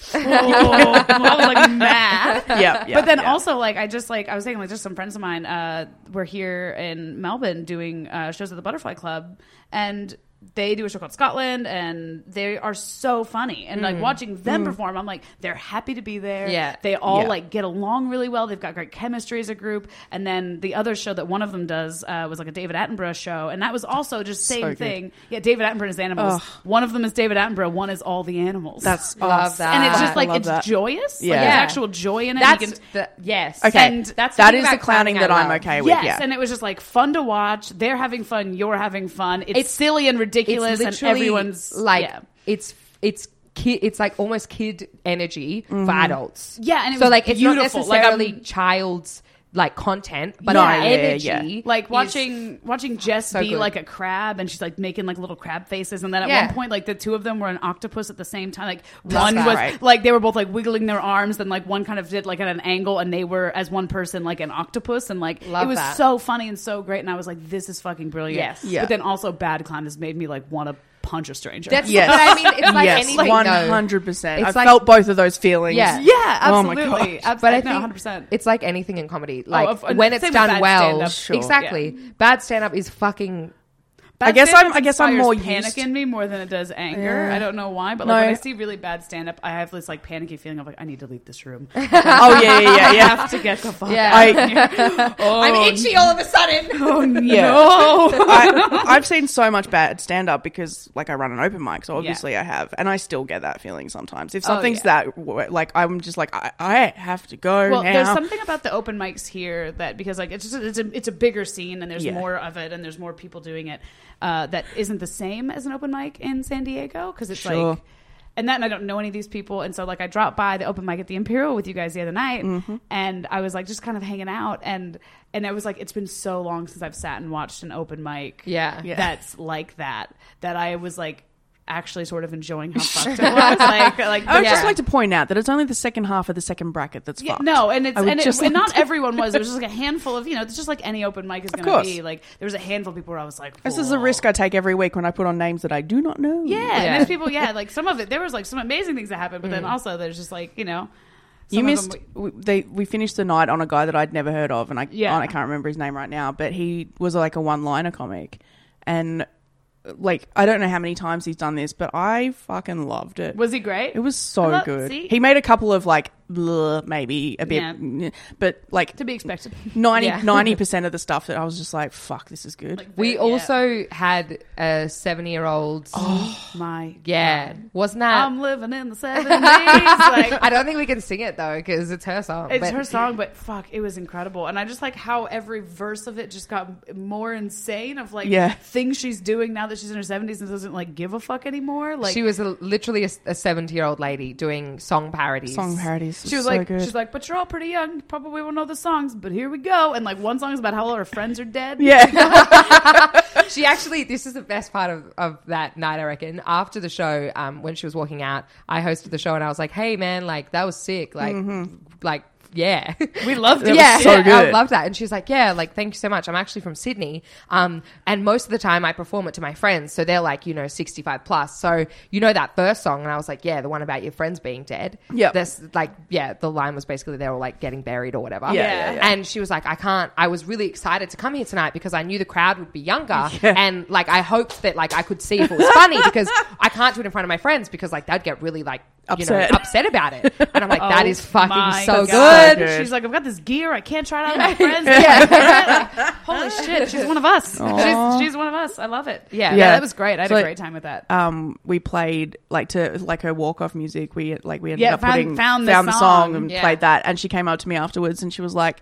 I was like mad.
Yeah, yeah,
*laughs* but then
yeah.
also like I just like I was saying like just some friends of mine uh were here in Melbourne doing uh, shows at the Butterfly Club and they do a show called Scotland and they are so funny and like watching them perform I'm like they're happy to be there
Yeah.
they all
Mm. Yeah.
like get along really well they've got great chemistry as a group and then the other show that one of them does uh, was like a David Attenborough show and that was also just same
good.
thing yeah David Attenborough is animals one of them is David Attenborough one is all the animals
That's
Love
us.
that.
and it's
Ah,
just
I
like
love
it's
that.
joyous.
Yeah.
Like there's
Yeah.
actual joy in it.
That's
you can,
the, yes.
Okay,
and that's the
that
thing
is the
about
clowning
clowning
that
I
I'm
love.
okay with.
yes,
Yeah,
and it was just like fun to watch. They're having fun. You're having fun. It's,
It's-
silly and ridiculous, and
literally,
everyone's
like
yeah.
it's it's kid it's like almost kid energy for adults.
Yeah, and it
so
was
like it's
beautiful.
not
Like, I'm-
necessarily child's like content, but
Yeah.
our
Yeah,
energy
yeah.
like
is-
watching watching Jess
so
be
good.
like a crab, and she's like making like little crab faces, and then at
Yeah.
one point, like the two of them were an octopus at the same time. Like
Love
one
that.
was
Right.
like they were both like wiggling their arms, and like one kind of did like at an angle, and they were as one person like an octopus, and like
Love
it was
that.
so funny and so great, and I was like, this is fucking brilliant.
Yes.
Yeah.
But then also, Bad Clown has made me like want to punch a stranger.
That's
Yes.
what I mean. It's like
yes,
anything.
one
though.
hundred percent.
It's
I
like-
felt both of those feelings.
Yeah.
yeah,
Oh my
absolutely.
gosh.
Abs-
But I
no,
think
100%.
it's like anything in comedy. Like
Oh, of- and
when it's
same with
done
bad
well,
stand-up. Sure.
exactly. Bad stand up is fucking.
Bad
I guess
stand-up
I'm- I guess I'm
inspires
more
panic
used-
in me more than it does anger. I don't know why, but like
No.
when I see really bad stand up, I have this like panicky feeling of like I need to leave this *laughs* room. I
*laughs* oh yeah, yeah,
*laughs*
yeah. yeah.
have to get the fuck.
Yeah.
*laughs* I,
I'm itchy all of a sudden.
*laughs* Oh no!
yeah. I, I've seen so much bad stand up because, like, I run an open mic, so obviously I have, and I still get that feeling sometimes. If something's
Oh, yeah.
that that, like, I'm just like, I, I have to go
Well,
now.
there's something about the open mics here that because like it's just it's a, it's a bigger scene and there's
Yeah.
more of it and there's more people doing it uh, that isn't the same as an open mic in San Diego because it's
Sure.
like and that and I don't know any of these people and so like I dropped by the open mic at the Imperial with you guys the other night
Mm-hmm.
and I was like just kind of hanging out and and I was like it's been so long since I've sat and watched an open mic
Yeah. Yeah.
that's like that that I was like actually sort of
*laughs*
enjoying how fucked it was like like
I would
the-
just like to point out that it's only the second half of the second bracket that's
yeah,
fucked.
no, and it's
I would
and, it,
just like
and not
to-
everyone was. It was just like a handful of you know. It's just like any open mic is going to
course.
be. Like there was a handful of people where I was
*laughs*
like,
This is a
"Whoa."
risk I take every week when I put on names that I do not know.
Yeah, and there's
*laughs*
people. Yeah, like some of it. There was like some amazing things that happened, but then also there's just like you know,
Mm. You
some of
missed.
them-
We, they we finished the night on a guy that I'd never heard of, and I
Yeah.
and I can't remember his name right now, but he was like a one liner comic, and like I don't know how many times he's done this, but I fucking loved it.
Was he great?
It was so
I love-
good.
see?
He made a couple of like bleh, maybe a bit,
Yeah.
but like
to be expected.
90 percent of the stuff that I was just like, fuck, this is good.
We
Yeah.
also had a seven year old.
*laughs* My
Oh, yeah, wasn't that?
I'm living in the seventies. *laughs* Like
I don't think we can sing it though because it's her song.
It's
but-
her song, but fuck, it was incredible. And I just like how every verse of it just got more insane of like
Yeah.
things she's doing now that she's in her 70s and doesn't like give a fuck anymore. Like
she was a, literally a seventy-year-old lady doing song parodies.
Song parodies.
she was
so
like
good.
she's like but you're all pretty young you probably won't know the songs but here we go and like one song is about how all her friends are dead
yeah,
She actually, this is the best part of, of that night, I reckon. After the show, um, when she was walking out, I hosted the show and I was like, "Hey, man, like that was sick. Like, like yeah.
We loved it.
yeah,
It was
so
I
good.
loved that. And she's like, yeah, like, thank you so much. I'm actually from Sydney. Um, and most of the time I perform it to my friends. So they're like, you know, 65 plus. So you know that first song. And I was like, yeah, the one about your friends being dead.
Yep.
This, like, yeah, the line was basically they were like getting buried or whatever.
Yeah, yeah, yeah.
And she was like, I can't, I was really excited to come here tonight because I knew the crowd would
*laughs*
be younger. And like, I hoped that like I could see if it was funny because
*laughs*
I can't do it in front of my friends because like they'd get really like,
Upset. Oh
you know, upset about it. And I'm
*laughs*
like, that is fucking
Oh my
so good.
God.
good.
She's like, I've got this gear. I can't try it out
*laughs*
with my friends. Like, holy shit, she's one of us. She's, she's one of us. I love it. Yeah, yeah,
Yeah.
that was great. I had
So-
a great time with that.
um, we played like to like her walk off music. We like we ended
Yeah,
up
found-
putting
found the
the
song.
song and
Yeah.
played that. And she came up to me afterwards and she was like,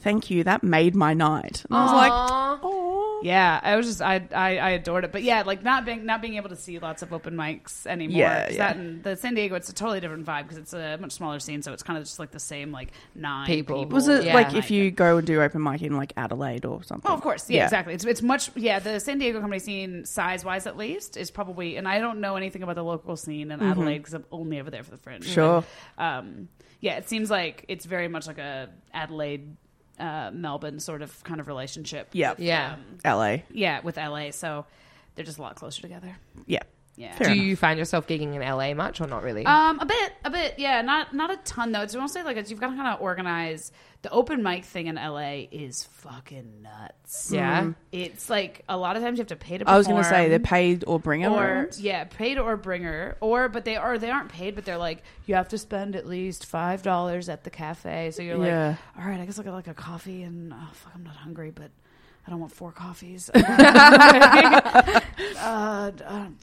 "Thank you, that made my night." And I was like, "Oh,
yeah, I was just I, I I adored it. But yeah, like not being not being able to see lots of open mics anymore.
Yeah,
'Cause
yeah.
That and the San Diego, it's a totally different vibe because it's a much smaller scene, so it's kind of just like the same like nine
People.
people.
was it
Yeah.
like if you go and do open mic in like Adelaide or something?"
Oh, of course. Yeah, exactly. It's, it's much, yeah, the San Diego comedy scene, size wise at least, is probably, and I don't know anything about the local scene in Adelaide because I'm only over there for the fringe.
Mm-hmm. Sure.
Um, yeah, it seems like it's very much like a Adelaide, uh, Melbourne sort of kind of relationship.
Yeah,
Yeah.
LA.
Yeah, with LA. So they're just a lot closer together.
Yeah,
Yeah.
Fair
Do
enough.
you find yourself gigging in LA much or not really?
Uh,
Um, a bit, a bit, yeah. Not not a ton though. It's mostly like it's, you've got to kind of organize. The open mic thing in LA is fucking nuts.
Yeah. Mm.
it's like a lot of times you have to pay to. Perform
I was going to say they're paid or bringer.
or yeah, paid or bringer, or but they are they aren't paid, but they're like you have to spend at least five dollars at the cafe. So you're
Yeah.
like, all right, I guess I'll get like a coffee, and oh fuck, I'm not hungry, but I don't want four coffees. *laughs* uh, um,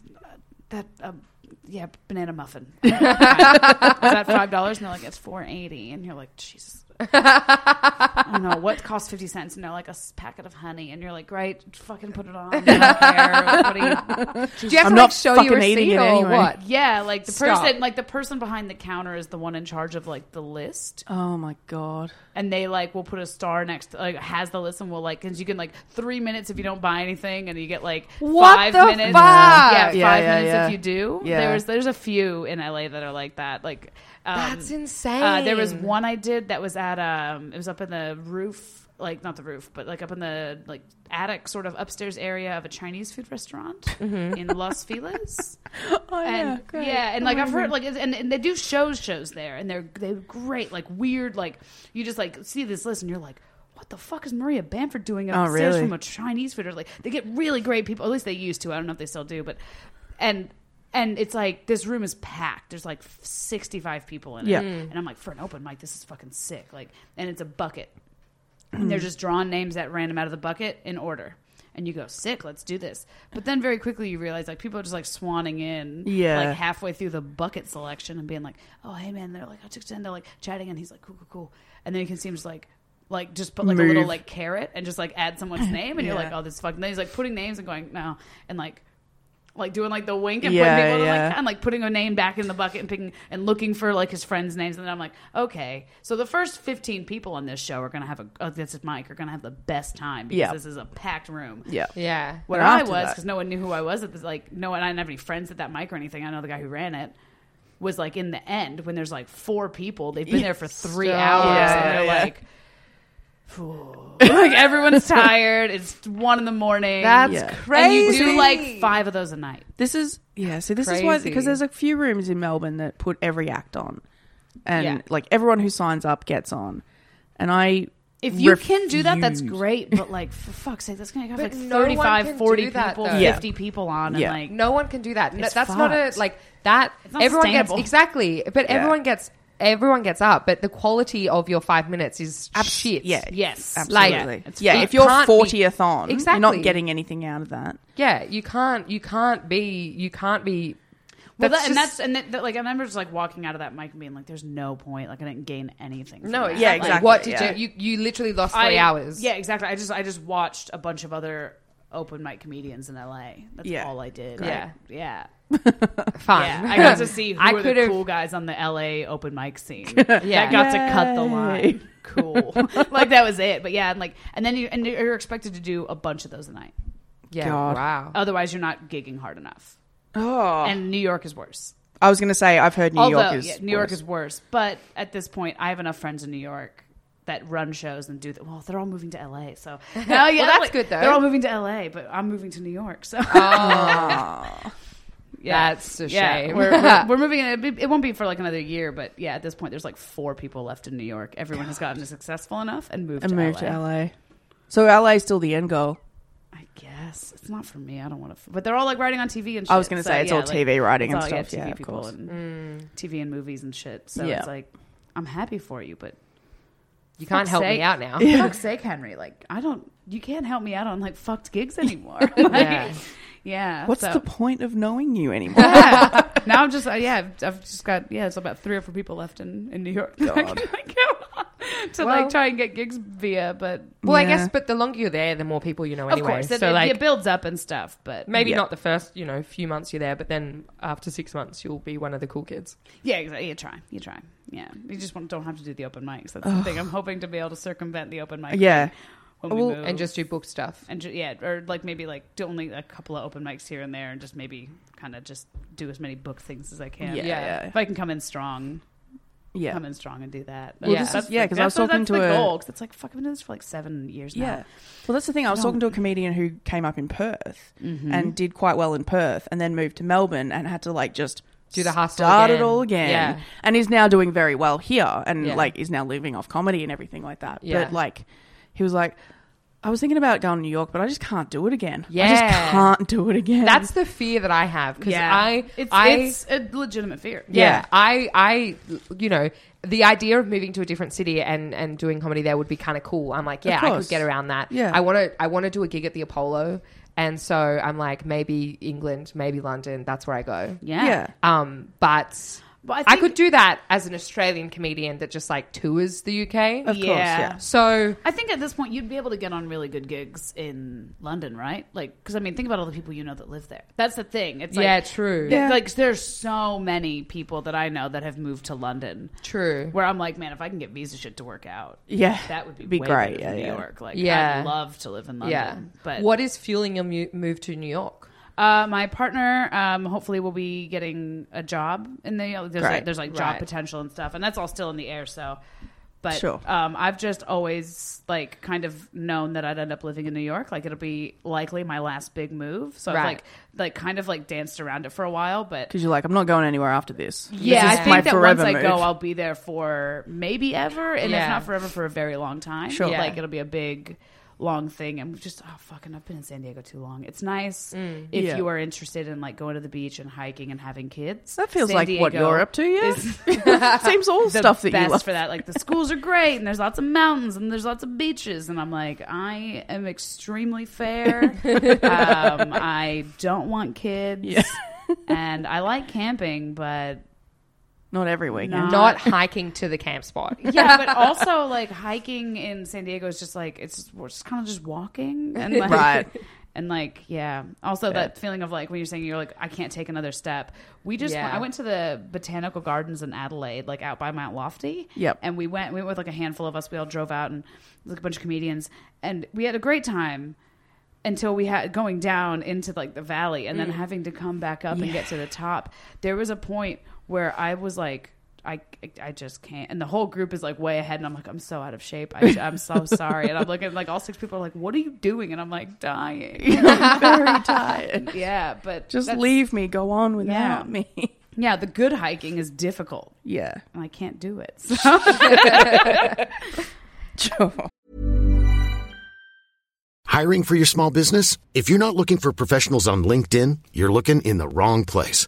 that um, yeah, banana muffin. Is that five dollars? And they're like, it's four eighty, and you're like, Jesus. I don't know what costs fifty cents, and they're like a s- packet of honey, and you're like, great, fucking put it on. I don't care. What do you,
Do you have
I'm
to like
not
show you a
fucking eating it
receipt or
anyway.
what?
yeah, like the
Stop.
person, like the person behind the counter is the one in charge of like the list,
Oh my god.
and they like will put a star next, like has the list, and will like because you can like three minutes if you don't buy anything, and you get like
What
five
the
minutes,
fuck?
yeah,
Yeah,
five
yeah,
minutes
yeah.
if you do.
Yeah.
There's there's a few in LA that are like that, like um,
That's
Uh, there was
insane.
one I did that was at um, it was up in the roof. Like not the roof, but like up in the like attic, sort of upstairs area of a Chinese food restaurant
Mm-hmm.
in Los Feliz.
Oh
and yeah, and like I've heard like it's- and, and they do shows shows there and they're they're great like weird like you just like see this list and you're like what the fuck is Maria Bamford doing upstairs
Oh, really?
from a Chinese food or like they get really great people at least they used to I don't know if they still do but and and it's like this room is packed there's like 65 people in it
Yeah.
and I'm like for an open mic this is fucking sick like and it's a bucket and
Mm-hmm.
they're just drawing names at random out of the bucket in order. And you go, sick, let's do this. But then very quickly you realize like people are just like swanning in
Yeah.
like halfway through the bucket selection and being like, Oh hey man, they're like, I took ten, they're like chatting and he's like, Cool, cool, cool. And then you can see him just like like just put like a little
Move.
like carrot and just like add
*laughs*
someone's name and you're
Yeah.
like, Oh this fucking then he's like putting names and going, No and like like doing like the wink and
Yeah,
putting people
yeah.
like, and like putting a name back in the bucket and picking and looking for like his friends' names. And then I'm like, okay, so the first 15 people on this show are gonna have a oh, this is Mike are gonna have the best time because
Yeah.
this is a packed room.
Yeah.
Yeah.
Where
And
I
after
was
that-
because no one knew who I was at this like no one I didn't have any friends at that mic or anything. I know the guy who ran it was like in the end when there's like four people they've been there for three hours
Yeah,
and they're
yeah, yeah.
like. *laughs* like everyone's tired. It's one in the morning.
That's
Yeah.
crazy.
And you do like five of those a night.
This is yeah. See, this is why
Crazy.
because there's a few rooms in Melbourne that put every act on, and
Yeah.
like everyone who signs up gets on, and I.
If you can do that, that's
refuse.
great. But like, for fuck's sake, that's going to have
But
like
no one can
thirty-five, forty
do that,
35, 40 people,
though.
Yeah.
50 people on.
Yeah.
And like,
No one can do that. No,
It's
that's not a
fucked.
like that.
It's not
everyone gets
sustainable.
exactly, but everyone gets everyone gets up. But the quality of your five minutes is shit.
Yeah.
yes.
Absolutely.
Like,
yeah,
it's
fucked.
if you're
Can't be-
fortieth on, exactly. you're
Exactly.
not getting anything out of that.
yeah. You can't. You can't be. You can't be.
Well, that, and
just-
that's, and that, that, like, I remember just like walking out of that mic and being like, there's no point. Like, I didn't gain anything. From
no.
that.
Exactly.
exactly,
What did
yeah.
you? You you literally lost three
I-
hours.
Yeah, exactly. I just, I just watched a bunch of other open mic comedians in LA. That's
Yeah.
all I did.
Great.
Yeah. Yeah.
Fun.
Yeah. I *laughs* got to see who
I
were the
could've-
cool guys on the LA open mic
*laughs*
scene. That got to cut the line. Cool. like that was it. But yeah, and like and then you and you're expected to do a bunch of those a night.
Yeah.
God.
Wow.
Otherwise you're not gigging hard enough.
Oh,
And New York is worse.
I was going to say I've heard New
Although
York is
yeah, New York
worse.
is worse, but at this point, I have enough friends in New York that run shows and do that. Well, they're all moving to LA, so now yeah,
that's good, though.
They're all moving to LA, but I'm moving to New York, so *laughs* yeah,
That's a
yeah,
shame.
We're, we're, we're moving. It'd be- It won't be for like another year, but yeah, at this point, there's like four people left in New York. Everyone has gotten successful enough and moved
and
to
moved
LA.
to LA. So LA is still the end goal.
I guess it's not for me. I don't want to. But they're all like writing on TV and. shit.
I was gonna say, it's all TV writing
it's
and stuff. Yeah, of
people
course.
and
Mm.
TV and movies and shit. So
Yeah.
it's like, I'm happy for
*laughs*
you, but
you can't
fuck's
help
sake.
me out now.
for fuck's sake, Henry. Like, I don't. You can't help me out on like
*laughs*
fucked gigs anymore. Like,
Yeah.
yeah.
What's
so-
the point of knowing you anymore?
*laughs* Yeah. Now I'm just uh, yeah. I've, I've just got yeah. It's about three or four people left in in New York *laughs* that I can, like, go on *laughs* to
Well-
like try and get gigs via, but.
Well, I
Yeah.
guess, but the longer you're there, the more people you know anyway.
Of course, it,
so
it-
like,
it builds up and stuff, but
maybe
Yeah.
not the first, you know, few months you're there, but then after six months, you'll be one of the cool kids.
Yeah, exactly. You try. You try. Yeah. You just want, don't have to do the open mics. That's the thing. I'm hoping to be able to circumvent the open mic.
yeah.
When we move.
And just do book stuff.
And ju- yeah, or like maybe like do only a couple of open mics here and there, and just maybe kind of just do as many book things as I can.
Yeah, Yeah. yeah.
If I can come in strong,
Yeah.
come in strong and do that.
Well, this is-
That's the-
yeah, 'cause I was
that's the-
talking
that's
to
the
a-
goal, 'cause it's like fuck, I've been doing this for like seven years now.
Yeah. Well, that's the thing. I was talking to a comedian who came up in Perth
Mm-hmm.
and did quite well in Perth and then moved to Melbourne and had to like just
Do the hustle
start
again.
it all again.
Yeah.
And is now doing very well here and
Yeah.
like is now living off comedy and everything like that.
Yeah.
But like he was like, I was thinking about going to New York, but I just can't do it again. I
Yeah.
just can't do it again.
That's the fear that I have because
Yeah.
I,
it's,
I,
it's a legitimate fear.
yeah,
Yeah.
I, I, you know, the idea of moving to a different city and and doing comedy there would be kind of cool. I'm like, yeah, I could
course.
get around that.
Yeah.
I want to, I want to do a gig at the Apollo, and so I'm like, maybe England, maybe London. That's where I go.
Yeah.
*laughs* Yeah.
Um, but.
But I
I
think-
could do that as an Australian comedian that just like tours the UK.
Of course,
Yeah.
yeah.
So
I think at this point you'd be able to get on really good gigs in London, right? Like, because I mean, think about all the people you know that live there. That's the thing. It's
yeah,
like,
true.
th- like there's so many people that I know that have moved to London.
True.
Where I'm like, man, if I can get visa shit to work out,
Yeah.
that would be,
Be
way
great,
better
yeah,
than New
yeah.
York. Like,
Yeah.
I'd love to live in London.
yeah.
but
what is fueling your mu- move to New York?
uh, my partner, um, hopefully, will be getting a job in the there's
Great.
like, there's like job
Right.
potential and stuff, and that's all still in the air. So, but
Sure.
um, I've just always like kind of known that I'd end up living in New York. Like it'll be likely my last big move. So
Right.
I've like like kind of like danced around it for a while, but.
Because you're like, I'm not going anywhere after this.
Yeah,
this
I
is
think that once
forever
I go,
move.
I'll be there for maybe ever, and
Yeah.
if not forever, for a very long time.
Sure.
Yeah.
like it'll be a big, long thing. And just oh fucking, I've been in San Diego too long. It's nice if
Yeah.
you are interested in like going to the beach and hiking and having kids.
That feels
San
like what
Diego
you're up to, *laughs*
is
yeah. Seems all
*laughs* the
stuff that
best
you love.
for that. Like the schools are great, and there's lots of mountains, and there's lots of beaches, and I'm like, I am extremely fair.
*laughs*
um, I don't want kids,
*laughs*
and I like camping, but
Not every
Ah.
weekend.
Not hiking to the camp
*laughs*
spot.
*laughs*
yeah, but also like hiking in San Diego is just like it's we're just kind of just walking and like
Right.
and like yeah. Also that feeling of like when you're saying you're like I can't take another step. We just
Yeah.
I went to the botanical gardens in Adelaide, like out by Mount Lofty.
Yep.
And we went we went with like a handful of us. We all drove out and like a bunch of comedians and we had a great time. Until we had going down into like the valley and then
Mm.
having to come back up and get to the top. There was a point where I was like, I, I just can't. And the whole group is like way ahead. And I'm like, I'm so out of shape. I,
*laughs*
I'm so sorry. And I'm looking like all six people are like, what are you doing? And I'm like
*laughs*
dying.
very tired.
*laughs* yeah. But
Just
that's-
leave me. Go on without
Yeah.
me. *laughs*
Yeah. The good hiking is difficult
yeah.
and I can't do it.
*laughs*
So
Sure.
Hiring for your small business? If you're not looking for professionals on LinkedIn, you're looking in the wrong place.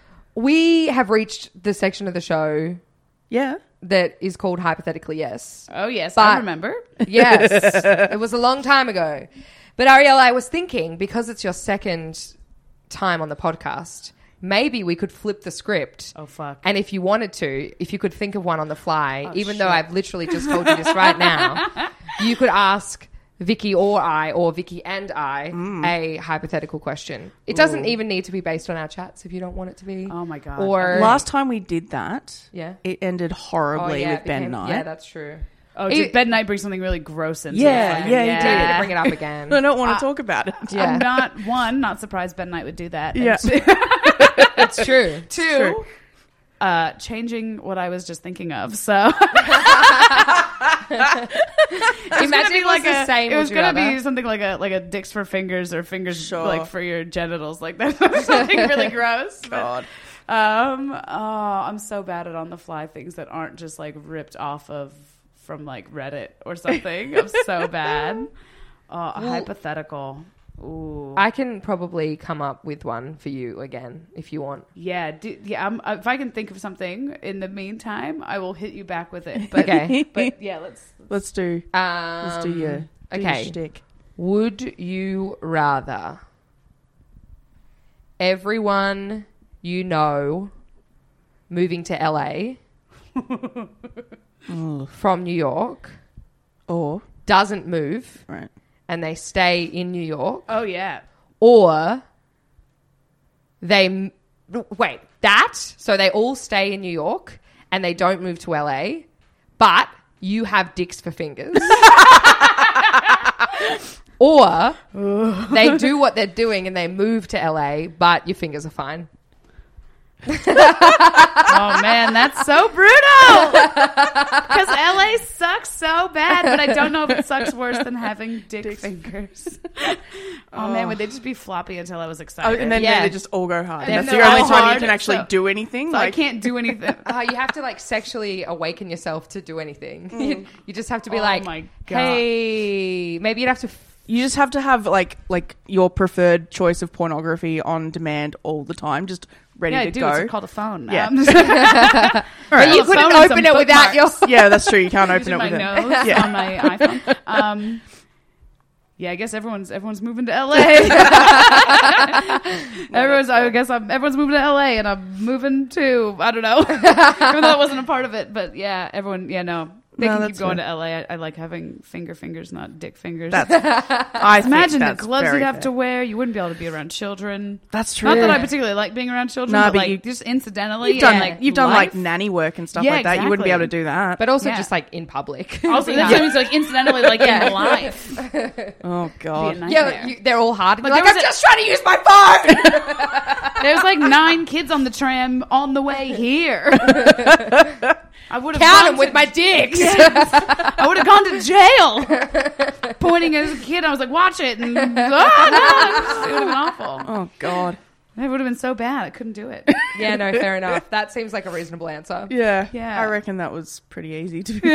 we have reached the section of the show
Yeah.
that is called hypothetically yes.
oh yes,
But-
I remember. *laughs*
Yes, it was a long time ago. But Ariel, I was thinking because it's your second time on the podcast, maybe we could flip the script.
Oh, fuck. Oh,
And if you wanted to, if you could think of one on the fly, even though I've literally just told you this right
*laughs*
now, you could ask Vicky or I, or Vicky and I,
Mm.
a hypothetical question. It doesn't even need to be based on our chats if you don't want it to be.
Oh my God.
Or
Last time we did that,
Yeah.
it ended
Oh,
horribly
yeah,
with
it
Ben
became-
Knight.
Yeah, that's true.
Oh,
It-
did Ben Knight bring something really gross into
Yeah,
it?
yeah, he
Yeah,
did.
bring
*laughs*
it up again.
I don't
Ah.
want to talk about it.
Yeah.
I'm not one, not surprised Ben Knight would do that.
*laughs*
And
Yeah.
It's *laughs* true.
two, uh, changing what I was just thinking of. *laughs* So
Imagine it was
like
the
a-
same.
It was
would you
gonna
rather?
be something like a like a dicks for fingers or fingers
Sure.
like for your genitals. Like that *laughs*
*laughs*
something really gross. God. um. Oh, I'm so bad at on the fly things that aren't just like ripped off of from like Reddit or something. I'm
*laughs*
so bad. Oh, a hypothetical. Ooh.
I can probably come up with one for you again if you *laughs* want.
Yeah, do, yeah. I'm, if I can think of something in the meantime, I will hit you back with it. But,
Okay.
but yeah, let's.
Let's do.
Um,
Let's do your. do your
okay.
shtick.
Would you rather everyone you know moving to *laughs* LA from New York
Or
doesn't move
right.
and they stay in New York?
Oh yeah.
or they m- wait that so they all stay in New York and they don't move to LA, but you have dicks for fingers. *laughs* or they do what they're doing and they move to LA, but your fingers are fine.
Oh man, that's so brutal. Because LA sucks so bad, but I don't know if it sucks worse than having dick fingers. *laughs* oh, man, would they just be floppy until I was
Oh,
excited?
and then
Yeah.
they just all go hard.
Then
That's
they're
the only
all
time you
hard,
can actually
so-
do anything.
so
like,
I can't do anything.
Uh, you have to like sexually awaken yourself to do anything. You, *laughs* you just have to be
Oh
like,
my God.
hey, maybe you'd have to. F-
You just have to have like like your preferred choice of pornography on demand all the time, just ready
yeah,
to
I do.
go.
It's called a phone.
Yeah.
Um, *laughs* just
but you couldn't
Well, phone and
open
some
it without your.
yeah, that's true. You can't open
using
it
my
with it. *laughs*
nose
Yeah.
on my
*laughs*
iPhone. Um, yeah, I guess everyone's everyone's moving
*laughs*
to LA. *laughs* everyone's I guess I'm, everyone's moving to LA and I'm moving too. I don't know. *laughs* Even though it wasn't a part of it, but yeah, everyone yeah, no. They
No,
can keep
that's
going
fair.
to LA. I, I like having finger fingers, not dick fingers.
*laughs*
I think
*laughs* Imagine the
that's
gloves
very
you'd have
fair.
to wear. You wouldn't be able to be around children.
That's
Not
true.
that I particularly like being around children,
No,
but,
but
like
you-
just incidentally.
You've done
and,
like you've done like
life.
nanny work and stuff
Yeah,
like that. You wouldn't be able
exactly.
to do that.
*laughs* But also
Yeah.
just like in *laughs* public.
Also,
Be
that's
like-
what I mean, so, like incidentally, like in life.
oh god,
Yeah, you, they're all hard. Like,
there
I'm
was a-
just trying to use my phone. *laughs*
There's like nine kids on the tram on the
*laughs*
way here. I would have
Count
gone
them with
to-
my dicks.
I would have gone to jail. Pointing at a kid, I was like, "Watch it!" And *laughs* oh, no, it would have been awful.
*laughs* oh god,
It would have been so bad. I couldn't
*laughs*
do it.
*laughs* yeah, no, fair enough. That seems like a reasonable answer.
yeah,
Yeah.
I reckon that was pretty easy to. do.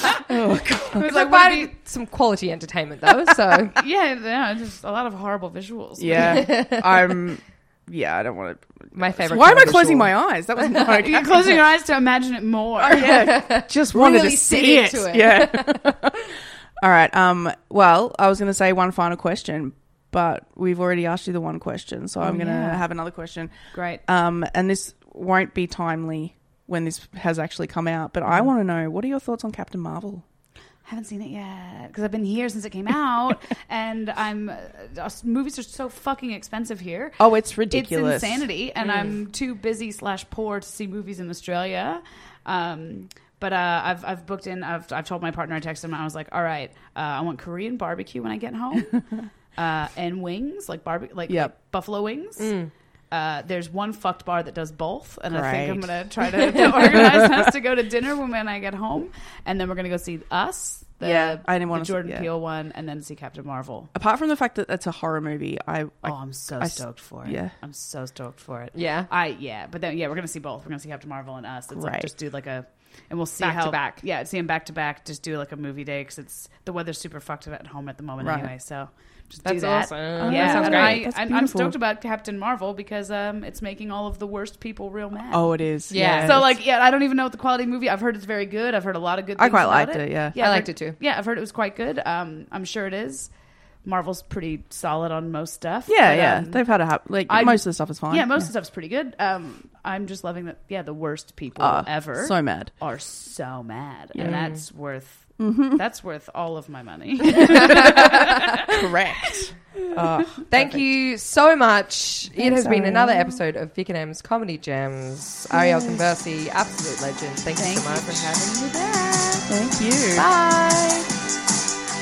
It was
Like,
like, what
provided
if
some quality entertainment though, *laughs* so
you- yeah, yeah, just a lot of horrible visuals.
yeah,
*laughs*
I'm. Yeah, I don't want to.
my favorite.
Why am I
kind of
closing
visual.
my eyes? *laughs* That was not
You're closing your eyes to imagine it more.
Oh,
yeah, just wanted
Really
to
sit
see it.
into it.
Yeah. *laughs* All right. Um. Well, I was going to say one final question, but we've already asked you the one question, so I'm going to have another question.
Great.
Um. And this won't be timely when this has actually come out, but I
Mm-hmm.
want to know what are your thoughts on Captain Marvel?
haven't seen it yet because I've been here since it came out,
*laughs*
and I'm uh, uh, movies are so fucking expensive here.
Oh, it's ridiculous. Mm.
It's insanity, and I'm too busy slash poor to see movies in Australia. Um, but uh, I've I've booked in. I've I've told my partner. I texted him. I was like, all right, uh, I want Korean barbecue when I
*laughs*
get home, uh, and wings like barbecue like,
Yep. Mm.
like buffalo wings. Uh, there's one fucked bar that does both, and I think I'm
Great.
gonna
*laughs*
try to, to organize us to go to dinner when, when I get home, and then we're gonna go see us, the,
Yeah, I didn't
the
wanna see-
Jordan
yeah.
Peele one, and then see Captain Marvel.
Apart from the fact that that's a horror movie, I. I
Oh, I'm so
I s-
stoked for it.
yeah.
I'm so stoked for it.
Yeah.
I yeah, but then yeah, we're gonna see both. We're gonna see Captain Marvel and us. It's
Great.
like just do like a, and we'll see
Back to
how
back.
Yeah, see them back to back. Just do like a movie day because it's the weather's super fucked up at home at the moment
Right.
anyway. So just do
That's
that.
awesome. Oh,
yeah,
that sounds
and
great.
I,
That's
I'm, I'm
beautiful.
stoked about Captain Marvel because um, it's making all of the worst people real mad.
Oh, it is.
Yeah.
Yeah.
So like yeah, I don't even know what the quality of the movie. I've heard it's very good. I've heard a lot of good.
I
Things
quite
about
liked it, yeah.
I
I've
liked
heard-
it too.
Yeah, I've heard it was quite good. Um, I'm sure it is, Marvel's pretty solid on most stuff.
Yeah,
but,
yeah.
um,
They've had a hard, like
I'm-
most of the stuff is fine.
Yeah, most of the stuff's pretty good. Um, I'm just loving that. Yeah, the worst people
Ah,
ever
So
*laughs*
mad.
are so mad, and that's worth
Mm-hmm.
that's worth all of my money.
*laughs* Correct.
Thank you so much. it has been another episode of Vic and M's Comedy Gems. Ariel Conversi, absolute legend. Thank, you so much for having me back.
Thank you.
Bye.